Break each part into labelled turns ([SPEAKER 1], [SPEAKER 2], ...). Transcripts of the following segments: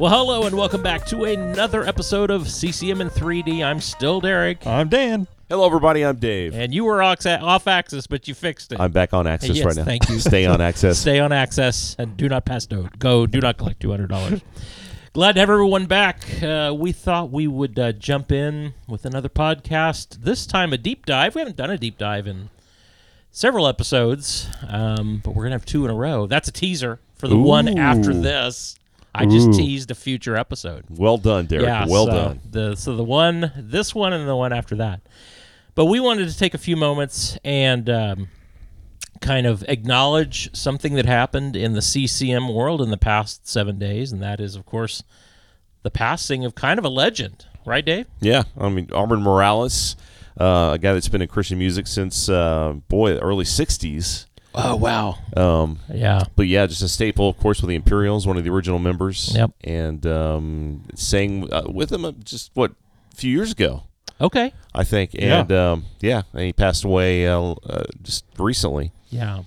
[SPEAKER 1] Well, hello and welcome back to another episode of CCM in 3D. I'm still Derek,
[SPEAKER 2] I'm Dan.
[SPEAKER 3] Hello, everybody. I'm Dave.
[SPEAKER 1] and you were ox- off axis, but you fixed it.
[SPEAKER 3] I'm back on Access
[SPEAKER 1] Yes,
[SPEAKER 3] right now.
[SPEAKER 1] thank you.
[SPEAKER 3] Stay on Access.
[SPEAKER 1] Stay on access and do not pass go. Go. Do not collect two hundred dollars. Glad to have everyone back. Uh, we thought we would uh, jump in with another podcast. This time, a deep dive. We haven't done a deep dive in several episodes, um, but we're gonna have two in a row. That's a teaser for the one after
[SPEAKER 3] Ooh.
[SPEAKER 1] this. I just teased a future episode.
[SPEAKER 3] Well done, Derek.
[SPEAKER 1] Yeah,
[SPEAKER 3] well
[SPEAKER 1] so
[SPEAKER 3] done.
[SPEAKER 1] The so the one, this one, and the one after that. But we wanted to take a few moments and um, kind of acknowledge something that happened in the CCM world in the past seven days, and that is, of course, the passing of kind of a legend, right, Dave?
[SPEAKER 3] Yeah, I mean Armin Morales, uh, a guy that's been in Christian music since uh, boy the early '60s.
[SPEAKER 1] Oh wow!
[SPEAKER 3] Um,
[SPEAKER 1] Yeah,
[SPEAKER 3] but yeah, just a staple, of course, with the Imperials, one of the original members.
[SPEAKER 1] Yep.
[SPEAKER 3] And um, sang uh, with him uh, just what a few years ago,
[SPEAKER 1] okay,
[SPEAKER 3] I think.
[SPEAKER 2] Yeah.
[SPEAKER 3] And um, yeah, and he passed away uh, l- uh, just recently.
[SPEAKER 1] yeah.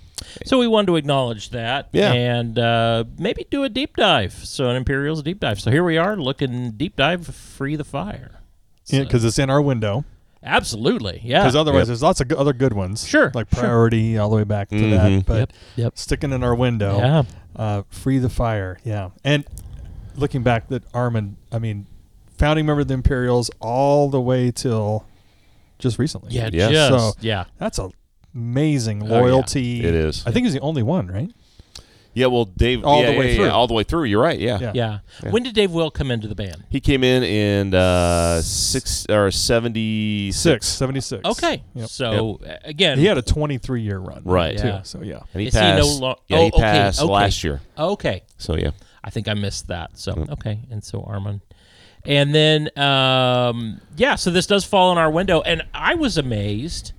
[SPEAKER 1] So we wanted to acknowledge that,
[SPEAKER 3] Yeah.
[SPEAKER 1] and uh, maybe do a deep dive. So an Imperials deep dive. So here we are, looking deep dive, free the fire.
[SPEAKER 2] Yeah,
[SPEAKER 1] So-
[SPEAKER 2] because it's in our window.
[SPEAKER 1] absolutely, yeah.
[SPEAKER 2] Because otherwise,
[SPEAKER 3] Yep.
[SPEAKER 2] there's lots of g- other good ones.
[SPEAKER 1] Sure,
[SPEAKER 2] Like
[SPEAKER 1] sure. Mm-hmm.
[SPEAKER 2] priority all the way back to that.
[SPEAKER 3] Mhm.
[SPEAKER 2] But
[SPEAKER 1] Yep, yep.
[SPEAKER 2] sticking in our window.
[SPEAKER 1] Yeah.
[SPEAKER 2] Uh, free the fire. Yeah. And looking back, that Armin, I mean, founding member of the Imperials all the way till just recently.
[SPEAKER 1] Yeah,
[SPEAKER 3] Yeah.
[SPEAKER 1] just
[SPEAKER 2] So-
[SPEAKER 1] yeah.
[SPEAKER 2] That's a amazing
[SPEAKER 1] yeah.
[SPEAKER 2] loyalty.
[SPEAKER 3] It is.
[SPEAKER 2] I think he's the only one, right?
[SPEAKER 3] Yeah, well, Dave,
[SPEAKER 2] All
[SPEAKER 3] yeah,
[SPEAKER 2] the way
[SPEAKER 3] yeah, yeah,
[SPEAKER 2] through.
[SPEAKER 3] all the way through. You're right.
[SPEAKER 2] Yeah.
[SPEAKER 1] yeah, When did Dave Will come into the band?
[SPEAKER 3] He came in in uh, six or seventy
[SPEAKER 2] Six, 76.
[SPEAKER 1] Okay,
[SPEAKER 2] Yep.
[SPEAKER 1] so uh, again,
[SPEAKER 2] He had a 23 year run.
[SPEAKER 3] Right.
[SPEAKER 2] Too.
[SPEAKER 1] Yeah.
[SPEAKER 2] So, yeah.
[SPEAKER 3] and he
[SPEAKER 1] Is he no
[SPEAKER 3] passed.
[SPEAKER 1] lo-
[SPEAKER 3] yeah,
[SPEAKER 1] oh,
[SPEAKER 3] he
[SPEAKER 1] okay,
[SPEAKER 3] passed
[SPEAKER 1] okay.
[SPEAKER 3] last year.
[SPEAKER 1] okay,
[SPEAKER 3] So yeah,
[SPEAKER 1] I think I missed that. So
[SPEAKER 2] Mm-hmm.
[SPEAKER 1] okay, and so Armand, and then um, yeah, so this does fall in our window, and I was amazed.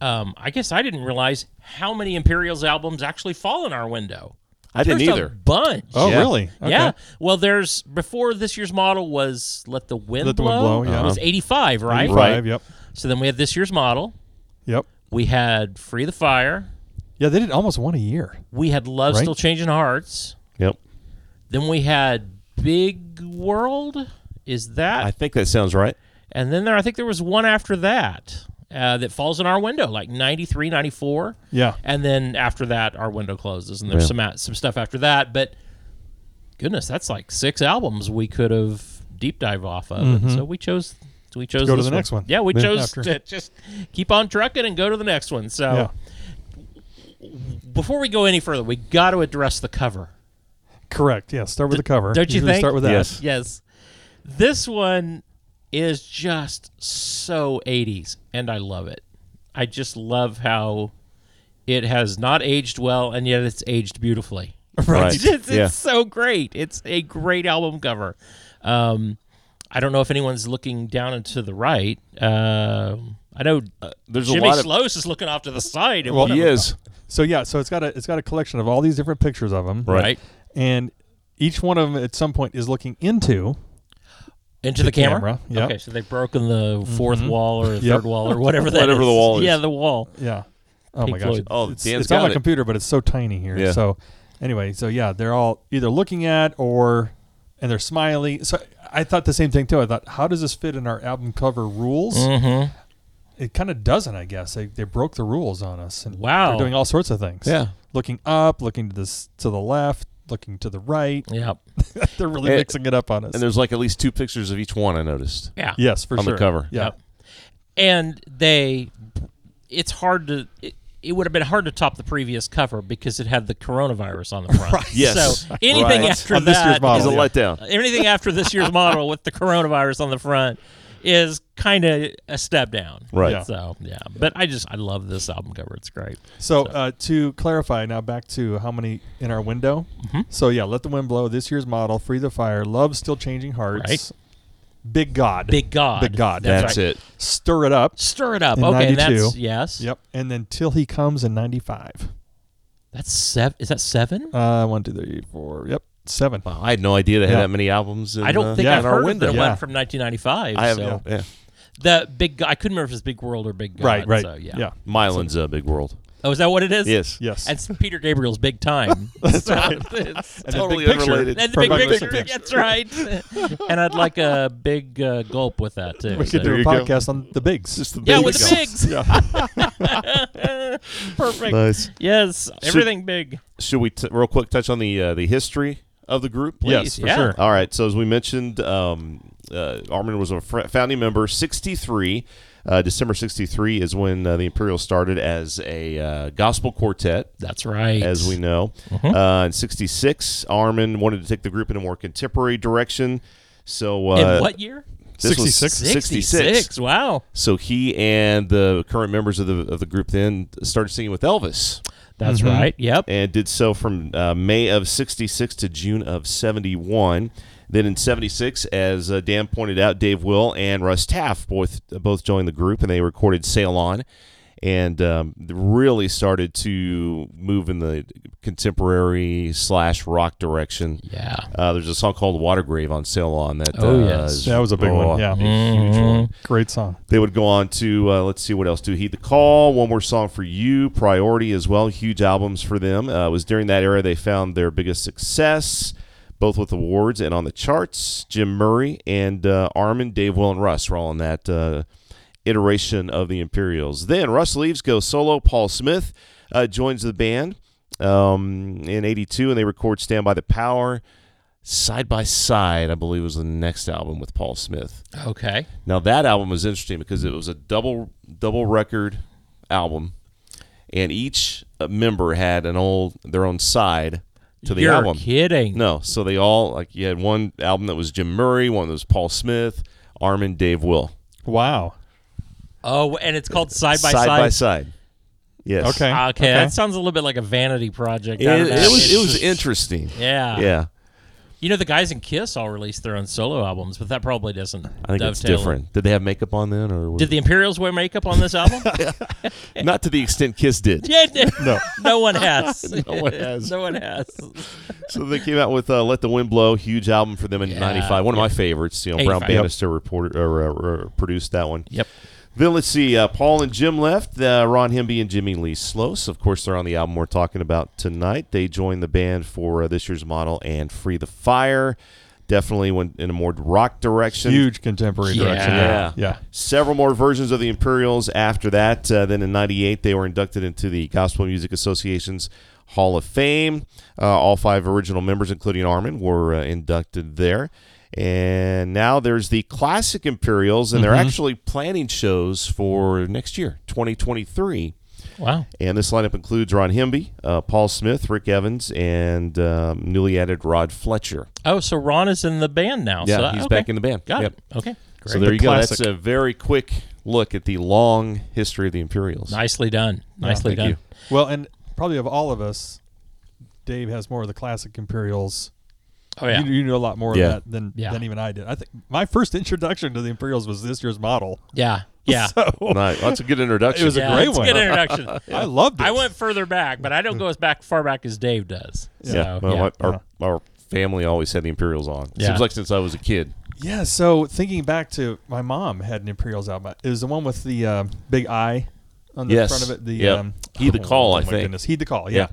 [SPEAKER 1] Um, I guess I didn't realize how many Imperials albums actually fall in our window.
[SPEAKER 3] I didn't
[SPEAKER 1] There's a
[SPEAKER 3] either.
[SPEAKER 1] bunch.
[SPEAKER 2] Oh,
[SPEAKER 3] Yeah.
[SPEAKER 2] really? Okay.
[SPEAKER 1] Yeah. Well, there's before this year's model was "Let the Wind
[SPEAKER 2] Let the Wind
[SPEAKER 1] Blow."
[SPEAKER 2] Blow, yeah.
[SPEAKER 1] It was '85, right?
[SPEAKER 2] 85,
[SPEAKER 3] Right.
[SPEAKER 2] Yep.
[SPEAKER 1] So then we had this year's model.
[SPEAKER 2] Yep.
[SPEAKER 1] We had Free the Fire.
[SPEAKER 2] Yeah, they did almost one a year.
[SPEAKER 1] We had Love
[SPEAKER 2] Right.
[SPEAKER 1] Still Changing Hearts.
[SPEAKER 3] Yep.
[SPEAKER 1] Then we had Big World. Is that?
[SPEAKER 3] I think that sounds right.
[SPEAKER 1] and then there, I think there was one after that uh, that falls in our window, like 93, 94.
[SPEAKER 2] Yeah.
[SPEAKER 1] And then after that, our window closes, and there's
[SPEAKER 3] Yeah.
[SPEAKER 1] some a- some stuff after that. But goodness, that's like six albums we could have deep dive off of. And so we chose. so We chose
[SPEAKER 2] Mm-hmm. go to
[SPEAKER 1] this
[SPEAKER 2] the next one.
[SPEAKER 1] Yeah, we
[SPEAKER 2] Yeah.
[SPEAKER 1] chose
[SPEAKER 2] After.
[SPEAKER 1] to just keep on trucking and go to the next one. So
[SPEAKER 2] Yeah.
[SPEAKER 1] before we go any further, we got to address the cover.
[SPEAKER 2] Correct. Yeah. Start with the cover.
[SPEAKER 1] don't you
[SPEAKER 2] Usually
[SPEAKER 1] think?
[SPEAKER 2] Start with that.
[SPEAKER 3] Yes.
[SPEAKER 1] Yes, this one is just so 80s, and I love it. I just love how it has not aged well, and yet it's aged beautifully.
[SPEAKER 3] Right.
[SPEAKER 1] It's, it's
[SPEAKER 3] Yeah.
[SPEAKER 1] so great. It's a great album cover. Um, I don't know if anyone's looking down and to the right. Um I know
[SPEAKER 3] There's a
[SPEAKER 1] Jimmy
[SPEAKER 3] lot of
[SPEAKER 1] Slose is looking off to the side. and
[SPEAKER 2] Well,
[SPEAKER 1] whatever.
[SPEAKER 3] he is
[SPEAKER 2] So yeah, so it's got a it's got a collection of all these different pictures of them,
[SPEAKER 3] Right.
[SPEAKER 1] right
[SPEAKER 2] And each one of them at some point is looking into
[SPEAKER 1] into the, camera.
[SPEAKER 2] camera, yep.
[SPEAKER 1] Okay, so they've broken the 4th wall or the
[SPEAKER 2] Yep.
[SPEAKER 1] third wall or whatever that
[SPEAKER 3] Mm-hmm. Whatever
[SPEAKER 1] is.
[SPEAKER 3] the wall is.
[SPEAKER 1] Yeah, the wall.
[SPEAKER 2] yeah. Oh
[SPEAKER 1] Pink
[SPEAKER 2] my gosh!
[SPEAKER 1] Floyd.
[SPEAKER 3] Oh,
[SPEAKER 2] it's,
[SPEAKER 3] Dan's
[SPEAKER 2] it's on
[SPEAKER 3] got
[SPEAKER 2] my
[SPEAKER 3] it.
[SPEAKER 2] computer, but it's so tiny here.
[SPEAKER 3] Yeah.
[SPEAKER 2] So anyway, so yeah, they're all either looking at or and they're smiley. So I thought the same thing too. I thought, how does this fit in our album cover rules?
[SPEAKER 1] Mm-hmm.
[SPEAKER 2] It kind of doesn't, I guess. They, they broke the rules on us. And
[SPEAKER 1] Wow.
[SPEAKER 2] they're doing all sorts of things.
[SPEAKER 3] Yeah.
[SPEAKER 2] looking up, looking to this to the left, looking to the right.
[SPEAKER 1] Yeah.
[SPEAKER 2] they're really
[SPEAKER 3] And-
[SPEAKER 2] mixing it up on us.
[SPEAKER 3] and there's like at least two pictures of each one I noticed.
[SPEAKER 1] Yeah.
[SPEAKER 2] Yes, for
[SPEAKER 3] On the
[SPEAKER 2] sure.
[SPEAKER 3] cover.
[SPEAKER 2] Yeah.
[SPEAKER 1] Yep. And they, it's hard to. It, it would have been hard to top the previous cover because it had the coronavirus on the front.
[SPEAKER 3] Yes.
[SPEAKER 1] So anything
[SPEAKER 3] Right.
[SPEAKER 1] after
[SPEAKER 2] On
[SPEAKER 1] that
[SPEAKER 2] this year's model,
[SPEAKER 3] He's a
[SPEAKER 1] Oh,
[SPEAKER 2] yeah.
[SPEAKER 3] letdown.
[SPEAKER 1] anything after this year's model with the coronavirus on the front is kind of a step down.
[SPEAKER 3] Right.
[SPEAKER 2] Yeah.
[SPEAKER 1] So yeah, but I just I love this album cover. It's great.
[SPEAKER 2] So uh, to clarify now, back to how many in our window.
[SPEAKER 1] Mm-hmm.
[SPEAKER 2] So yeah, let the wind blow. This year's model, free the fire, love still changing hearts.
[SPEAKER 1] Right.
[SPEAKER 2] Big God.
[SPEAKER 1] Big God.
[SPEAKER 2] Big God.
[SPEAKER 1] That's
[SPEAKER 3] That's
[SPEAKER 1] right.
[SPEAKER 3] it.
[SPEAKER 2] Stir it up.
[SPEAKER 1] Stir it up.
[SPEAKER 2] In
[SPEAKER 1] okay,
[SPEAKER 2] 92.
[SPEAKER 1] that's yes.
[SPEAKER 2] Yep. And then till he comes in '95.
[SPEAKER 1] That's seven. Is that seven?
[SPEAKER 2] Uh, one, two, three, four. Yep. Seven.
[SPEAKER 3] Wow, I had no idea they had
[SPEAKER 2] Yeah.
[SPEAKER 3] that many albums. In,
[SPEAKER 1] I don't
[SPEAKER 3] uh,
[SPEAKER 1] think
[SPEAKER 2] yeah,
[SPEAKER 1] I've
[SPEAKER 3] in our
[SPEAKER 1] heard of the
[SPEAKER 3] window.
[SPEAKER 2] Yeah.
[SPEAKER 1] one from 1995.
[SPEAKER 3] I have.
[SPEAKER 1] so.
[SPEAKER 3] Yeah.
[SPEAKER 1] The big. Go- I couldn't remember if it's Big World or Big God.
[SPEAKER 2] right. Right.
[SPEAKER 1] So yeah.
[SPEAKER 2] Yeah.
[SPEAKER 3] Mylan's a big world.
[SPEAKER 1] Oh, is that what it is?
[SPEAKER 3] Yes.
[SPEAKER 2] Yes.
[SPEAKER 1] That's Peter Gabriel's big time. That's
[SPEAKER 2] right.
[SPEAKER 1] That's
[SPEAKER 2] And then
[SPEAKER 3] totally
[SPEAKER 2] big picture.
[SPEAKER 3] unrelated.
[SPEAKER 1] the big,
[SPEAKER 2] From
[SPEAKER 1] big,
[SPEAKER 2] Buckminster
[SPEAKER 1] picture.
[SPEAKER 2] Fuller.
[SPEAKER 1] That's right. and I'd like a big uh, gulp with that too.
[SPEAKER 2] We
[SPEAKER 1] so-
[SPEAKER 2] could do a
[SPEAKER 3] you go.
[SPEAKER 2] podcast on the bigs.
[SPEAKER 3] Just the
[SPEAKER 1] yeah,
[SPEAKER 3] big
[SPEAKER 1] with the
[SPEAKER 3] gulp.
[SPEAKER 1] bigs. Perfect.
[SPEAKER 3] Nice.
[SPEAKER 1] Yes, everything big.
[SPEAKER 3] Should we t- real quick touch on the uh, the history of the group? Please?
[SPEAKER 2] Yes, for
[SPEAKER 1] yeah.
[SPEAKER 2] sure.
[SPEAKER 3] All right. So as we mentioned, um, uh, Armin was a fr- founding member. Sixty-three, uh, December sixty-three is when uh, the Imperial started as a uh, gospel quartet,
[SPEAKER 1] That's right.
[SPEAKER 3] as we know.
[SPEAKER 2] Mm-hmm.
[SPEAKER 3] Uh, in sixty-six, Armin wanted to take the group in a more contemporary direction. So uh,
[SPEAKER 1] in what year?
[SPEAKER 3] This was
[SPEAKER 2] 66?
[SPEAKER 3] 66.
[SPEAKER 1] Wow.
[SPEAKER 3] So he and the current members of the of the group then started singing with Elvis.
[SPEAKER 1] That's right. Yep.
[SPEAKER 3] and did so from uh, May of 66 to June of 71. Then in 76, as uh, Dan pointed out, Dave Will and Russ Taff both, uh, both joined the group and they recorded Sail On and um, really started to move in the contemporary slash rock direction.
[SPEAKER 1] yeah.
[SPEAKER 3] Uh, there's a song called Watergrave on Sail On that
[SPEAKER 1] Oh,
[SPEAKER 3] uh,
[SPEAKER 1] yes.
[SPEAKER 3] is-
[SPEAKER 2] That was a big
[SPEAKER 3] oh,
[SPEAKER 2] one, yeah.
[SPEAKER 3] a
[SPEAKER 1] Mm-hmm.
[SPEAKER 3] huge one.
[SPEAKER 2] Great song.
[SPEAKER 3] They would go on to uh, let's see what else do heed the call. One more song for you, priority as well. Huge albums for them. Uh, it was during that era they found their biggest success, both with awards and on the charts. Jim Murray and uh, Armin, Dave Will, and Russ were all in that uh, iteration of the Imperials. Then Russ leaves, goes solo. Paul Smith uh, joins the band um, in '82, and they record "Stand by the Power." Side by side, I believe, was the next album with Paul Smith.
[SPEAKER 1] Okay.
[SPEAKER 3] Now that album was interesting because it was a double double record album, and each uh, member had an old their own side to the
[SPEAKER 1] You're
[SPEAKER 3] album.
[SPEAKER 1] kidding.
[SPEAKER 3] No, so they all like you had one album that was Jim Murray, one that was Paul Smith, Armin, Dave, Will,
[SPEAKER 2] Wow.
[SPEAKER 1] Oh, and it's called side by
[SPEAKER 3] side
[SPEAKER 1] side.
[SPEAKER 3] by side. Yes.
[SPEAKER 2] Okay.
[SPEAKER 1] Ah, Okay,
[SPEAKER 2] Okay.
[SPEAKER 1] that sounds a little bit like a vanity project.
[SPEAKER 3] It,
[SPEAKER 1] I don't know.
[SPEAKER 3] it was it was interesting.
[SPEAKER 1] Yeah.
[SPEAKER 3] Yeah.
[SPEAKER 1] You know, the guys in Kiss all released their own solo albums, but that probably doesn't.
[SPEAKER 3] I think it's
[SPEAKER 1] dovetail.
[SPEAKER 3] different. Did they have makeup on then, or was-
[SPEAKER 1] Did the Imperials wear makeup on this album?
[SPEAKER 3] not to the extent Kiss did?
[SPEAKER 1] yeah, it did.
[SPEAKER 2] No.
[SPEAKER 1] No one has.
[SPEAKER 3] No one has.
[SPEAKER 1] no one has.
[SPEAKER 3] So they came out with uh, "Let the Wind Blow," huge album for them in
[SPEAKER 1] Yeah.
[SPEAKER 3] '95. One of my favorites. You know, Brown
[SPEAKER 1] 85.
[SPEAKER 3] Bannister reported or, uh, uh, produced that one.
[SPEAKER 1] Yep.
[SPEAKER 3] Then let's see. Uh, Paul and Jim left. Uh, Ron Hemby and Jimmy Lee Sloas, of course, they're on the album we're talking about tonight. They joined the band for uh, this year's model and "Free the Fire." Definitely went in a more rock direction.
[SPEAKER 2] Huge contemporary
[SPEAKER 1] Yeah.
[SPEAKER 2] direction.
[SPEAKER 3] Yeah.
[SPEAKER 2] Yeah.
[SPEAKER 3] Several more versions of the Imperials after that. Uh, then in 98, they were inducted into the Gospel Music Association's Hall of Fame. Uh, all five original members, including Armin, were uh, inducted there. And now there's the Classic Imperials, and they're
[SPEAKER 1] Mm-hmm.
[SPEAKER 3] actually planning shows for next year, 2023.
[SPEAKER 1] Wow.
[SPEAKER 3] And this lineup includes Ron Hemby, uh, Paul Smith, Rick Evans, and um, newly added Rod Fletcher.
[SPEAKER 1] Oh, so Ron is in the band now.
[SPEAKER 3] Yeah,
[SPEAKER 1] so,
[SPEAKER 3] he's
[SPEAKER 1] okay.
[SPEAKER 3] back in the band.
[SPEAKER 1] Got
[SPEAKER 3] Yep.
[SPEAKER 1] it. Okay. Great.
[SPEAKER 3] So there you go.
[SPEAKER 2] classic.
[SPEAKER 3] That's a very quick look at the long history of the Imperials.
[SPEAKER 1] Nicely done. Nicely
[SPEAKER 3] Oh, thank
[SPEAKER 1] done.
[SPEAKER 3] you.
[SPEAKER 2] Well, and probably of all of us, Dave has more of the classic Imperials.
[SPEAKER 1] Oh yeah.
[SPEAKER 2] You, you knew a lot more
[SPEAKER 3] Yeah.
[SPEAKER 2] of that than,
[SPEAKER 1] Yeah.
[SPEAKER 2] than even I did. I think my first introduction to the Imperials was this year's model.
[SPEAKER 1] yeah. Yeah.
[SPEAKER 3] Nice. That's a good introduction.
[SPEAKER 2] It was a
[SPEAKER 1] yeah,
[SPEAKER 2] great
[SPEAKER 1] it's
[SPEAKER 2] one.
[SPEAKER 1] Good introduction.
[SPEAKER 2] I loved it.
[SPEAKER 1] I went further back, but I don't go as back far back as Dave does. So,
[SPEAKER 3] yeah. Well,
[SPEAKER 1] yeah.
[SPEAKER 3] my- Our, our family always had the Imperials on.
[SPEAKER 1] Yeah.
[SPEAKER 3] Seems like since I was a kid.
[SPEAKER 2] Yeah, so thinking back to my mom had an Imperials album. It was the one with the um, big eye on the
[SPEAKER 3] Yes.
[SPEAKER 2] front of it. The
[SPEAKER 3] Yep.
[SPEAKER 2] um,
[SPEAKER 3] Heed the Call, I
[SPEAKER 2] my
[SPEAKER 3] think.
[SPEAKER 2] Goodness. Heed the call. Yeah,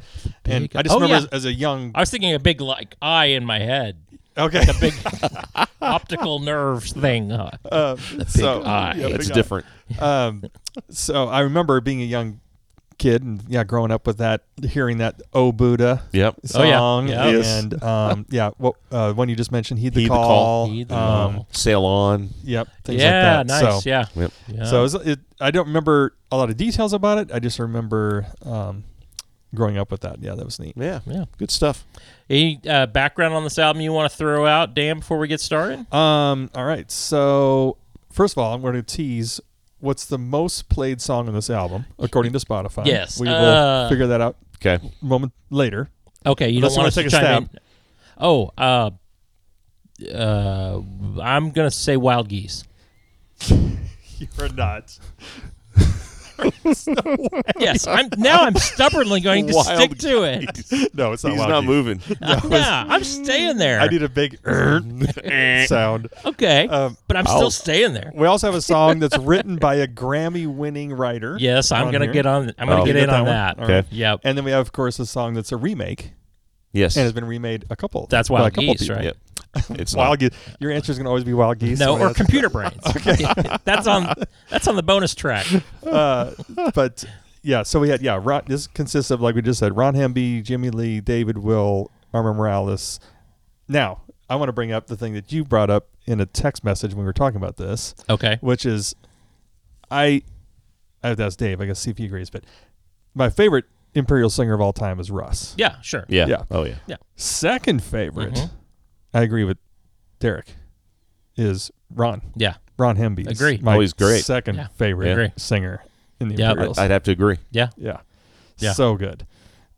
[SPEAKER 2] and I just
[SPEAKER 1] Oh,
[SPEAKER 2] remember
[SPEAKER 1] yeah.
[SPEAKER 2] as, as a young
[SPEAKER 1] I was thinking a big like eye in my head,
[SPEAKER 2] okay
[SPEAKER 1] big optical nerves thing. Uh,
[SPEAKER 2] um, so,
[SPEAKER 1] eye.
[SPEAKER 2] yeah,
[SPEAKER 3] it's
[SPEAKER 2] big eye.
[SPEAKER 3] different.
[SPEAKER 2] Um, so I remember being a young kid and yeah, growing up with that, hearing that "Oh Buddha"
[SPEAKER 3] Yep.
[SPEAKER 1] Oh, yeah.
[SPEAKER 2] song,
[SPEAKER 1] Yeah.
[SPEAKER 3] Yes.
[SPEAKER 2] and um, yeah, what uh, one you just mentioned, "Heed the
[SPEAKER 3] Heed the
[SPEAKER 2] Call,",
[SPEAKER 3] Call.
[SPEAKER 1] Heed the
[SPEAKER 2] um,
[SPEAKER 1] Call.
[SPEAKER 3] Sail on.
[SPEAKER 2] yep, things
[SPEAKER 1] yeah.
[SPEAKER 2] like that.
[SPEAKER 1] nice.
[SPEAKER 2] So,
[SPEAKER 1] yeah.
[SPEAKER 3] Yep.
[SPEAKER 1] yeah.
[SPEAKER 2] So it was, it, I don't remember a lot of details about it. I just remember um, growing up with that. Yeah, that was neat.
[SPEAKER 3] Yeah.
[SPEAKER 1] yeah.
[SPEAKER 3] Good stuff.
[SPEAKER 1] Any uh, background on this album you want to throw out, Dan, before we get started?
[SPEAKER 2] Um, all right. So first of all, I'm going to tease what's the most played song on this album according to Spotify.
[SPEAKER 1] Yes,
[SPEAKER 2] we
[SPEAKER 1] uh,
[SPEAKER 2] will figure that out
[SPEAKER 3] Okay.
[SPEAKER 2] moment later.
[SPEAKER 1] Okay, you
[SPEAKER 2] Unless
[SPEAKER 1] don't want
[SPEAKER 2] you wanna
[SPEAKER 1] us to
[SPEAKER 2] take a
[SPEAKER 1] chime
[SPEAKER 2] stab.
[SPEAKER 1] in. Oh, uh, uh, I'm gonna say Wild Geese.
[SPEAKER 2] You're not.
[SPEAKER 1] yes, I'm now I'm stubbornly going to
[SPEAKER 3] Wild
[SPEAKER 1] stick to it.
[SPEAKER 2] no, it's not.
[SPEAKER 3] He's
[SPEAKER 2] loud
[SPEAKER 3] not
[SPEAKER 2] geese.
[SPEAKER 3] moving.
[SPEAKER 1] yeah, I'm staying there.
[SPEAKER 2] I need a big er sound.
[SPEAKER 1] okay,
[SPEAKER 2] Um,
[SPEAKER 1] but I'm
[SPEAKER 2] I'll-
[SPEAKER 1] still staying there.
[SPEAKER 2] We also have a song that's written by a Grammy-winning writer.
[SPEAKER 1] Yes, I'm
[SPEAKER 2] on
[SPEAKER 1] gonna
[SPEAKER 2] here.
[SPEAKER 1] get on. I'm gonna
[SPEAKER 3] Oh.
[SPEAKER 1] get
[SPEAKER 2] You
[SPEAKER 1] in
[SPEAKER 2] got
[SPEAKER 1] on
[SPEAKER 2] that one?
[SPEAKER 1] that.
[SPEAKER 2] All
[SPEAKER 3] Okay.
[SPEAKER 2] right.
[SPEAKER 1] Yep,
[SPEAKER 2] And then we have, of course, a song that's a remake
[SPEAKER 3] Yes.
[SPEAKER 2] and has been remade a couple.
[SPEAKER 1] that's
[SPEAKER 2] by a
[SPEAKER 1] Wild
[SPEAKER 2] couple
[SPEAKER 1] Geese,
[SPEAKER 2] people.
[SPEAKER 1] right?
[SPEAKER 3] Yep. It's not.
[SPEAKER 2] Wild geese. Your answer is going to always be wild geese.
[SPEAKER 1] No,
[SPEAKER 2] when I
[SPEAKER 1] or
[SPEAKER 2] ask you
[SPEAKER 1] Computer Brains. okay, that's on. That's on the bonus track.
[SPEAKER 2] uh, but yeah, so we had yeah. Ron, this consists of like we just said: Ron Hemby, Jimmy Lee, David Will, Armor Morales. Now I want to bring up the thing that you brought up in a text message when we were talking about this,
[SPEAKER 1] Okay.
[SPEAKER 2] which is, I, I that's Dave. I guess see if he agrees. But my favorite Imperial singer of all time is Russ.
[SPEAKER 1] Yeah. Sure.
[SPEAKER 3] Yeah.
[SPEAKER 2] Yeah.
[SPEAKER 3] Oh yeah.
[SPEAKER 2] Second favorite,
[SPEAKER 1] Mhm.
[SPEAKER 2] I agree with Derek, is Ron.
[SPEAKER 1] Yeah.
[SPEAKER 2] Ron Hemby. is
[SPEAKER 1] Agree.
[SPEAKER 2] My
[SPEAKER 3] Oh, he's great.
[SPEAKER 2] Second
[SPEAKER 1] Yeah.
[SPEAKER 2] favorite
[SPEAKER 1] Agree.
[SPEAKER 2] singer in the
[SPEAKER 1] Yeah.
[SPEAKER 2] Imperials.
[SPEAKER 3] I'd have to agree.
[SPEAKER 2] Yeah.
[SPEAKER 1] Yeah.
[SPEAKER 2] So good.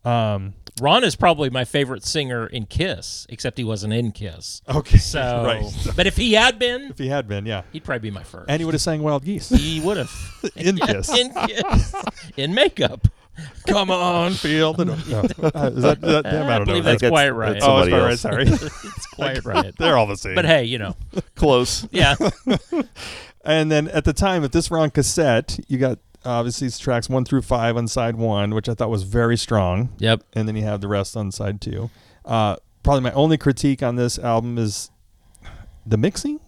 [SPEAKER 2] Um,
[SPEAKER 1] Ron is probably my favorite singer in Kiss, except he wasn't in Kiss.
[SPEAKER 2] okay.
[SPEAKER 1] So,
[SPEAKER 2] Right.
[SPEAKER 1] but if he had been,
[SPEAKER 2] If he had been, yeah.
[SPEAKER 1] he'd probably be my first.
[SPEAKER 2] And he would have sang Wild Geese
[SPEAKER 1] he would have
[SPEAKER 2] in Kiss.
[SPEAKER 1] in Kiss in makeup. Come on,
[SPEAKER 2] Field. No. Uh, is that, that, damn, I
[SPEAKER 1] I
[SPEAKER 2] don't know.
[SPEAKER 1] believe that's
[SPEAKER 2] That's-
[SPEAKER 3] That's-
[SPEAKER 1] quite right.
[SPEAKER 3] that's
[SPEAKER 2] oh, that's
[SPEAKER 3] somebody
[SPEAKER 2] quite right.
[SPEAKER 3] else.
[SPEAKER 2] Sorry.
[SPEAKER 1] it's quite right.
[SPEAKER 2] They're all the same.
[SPEAKER 1] But hey, you know,
[SPEAKER 3] Close.
[SPEAKER 1] yeah,
[SPEAKER 2] and then at the time, if this were on cassette, you got obviously it's tracks one through five on side one, which I thought was very strong.
[SPEAKER 1] yep,
[SPEAKER 2] and then you have the rest on side two. Uh, probably my only critique on this album is the mixing.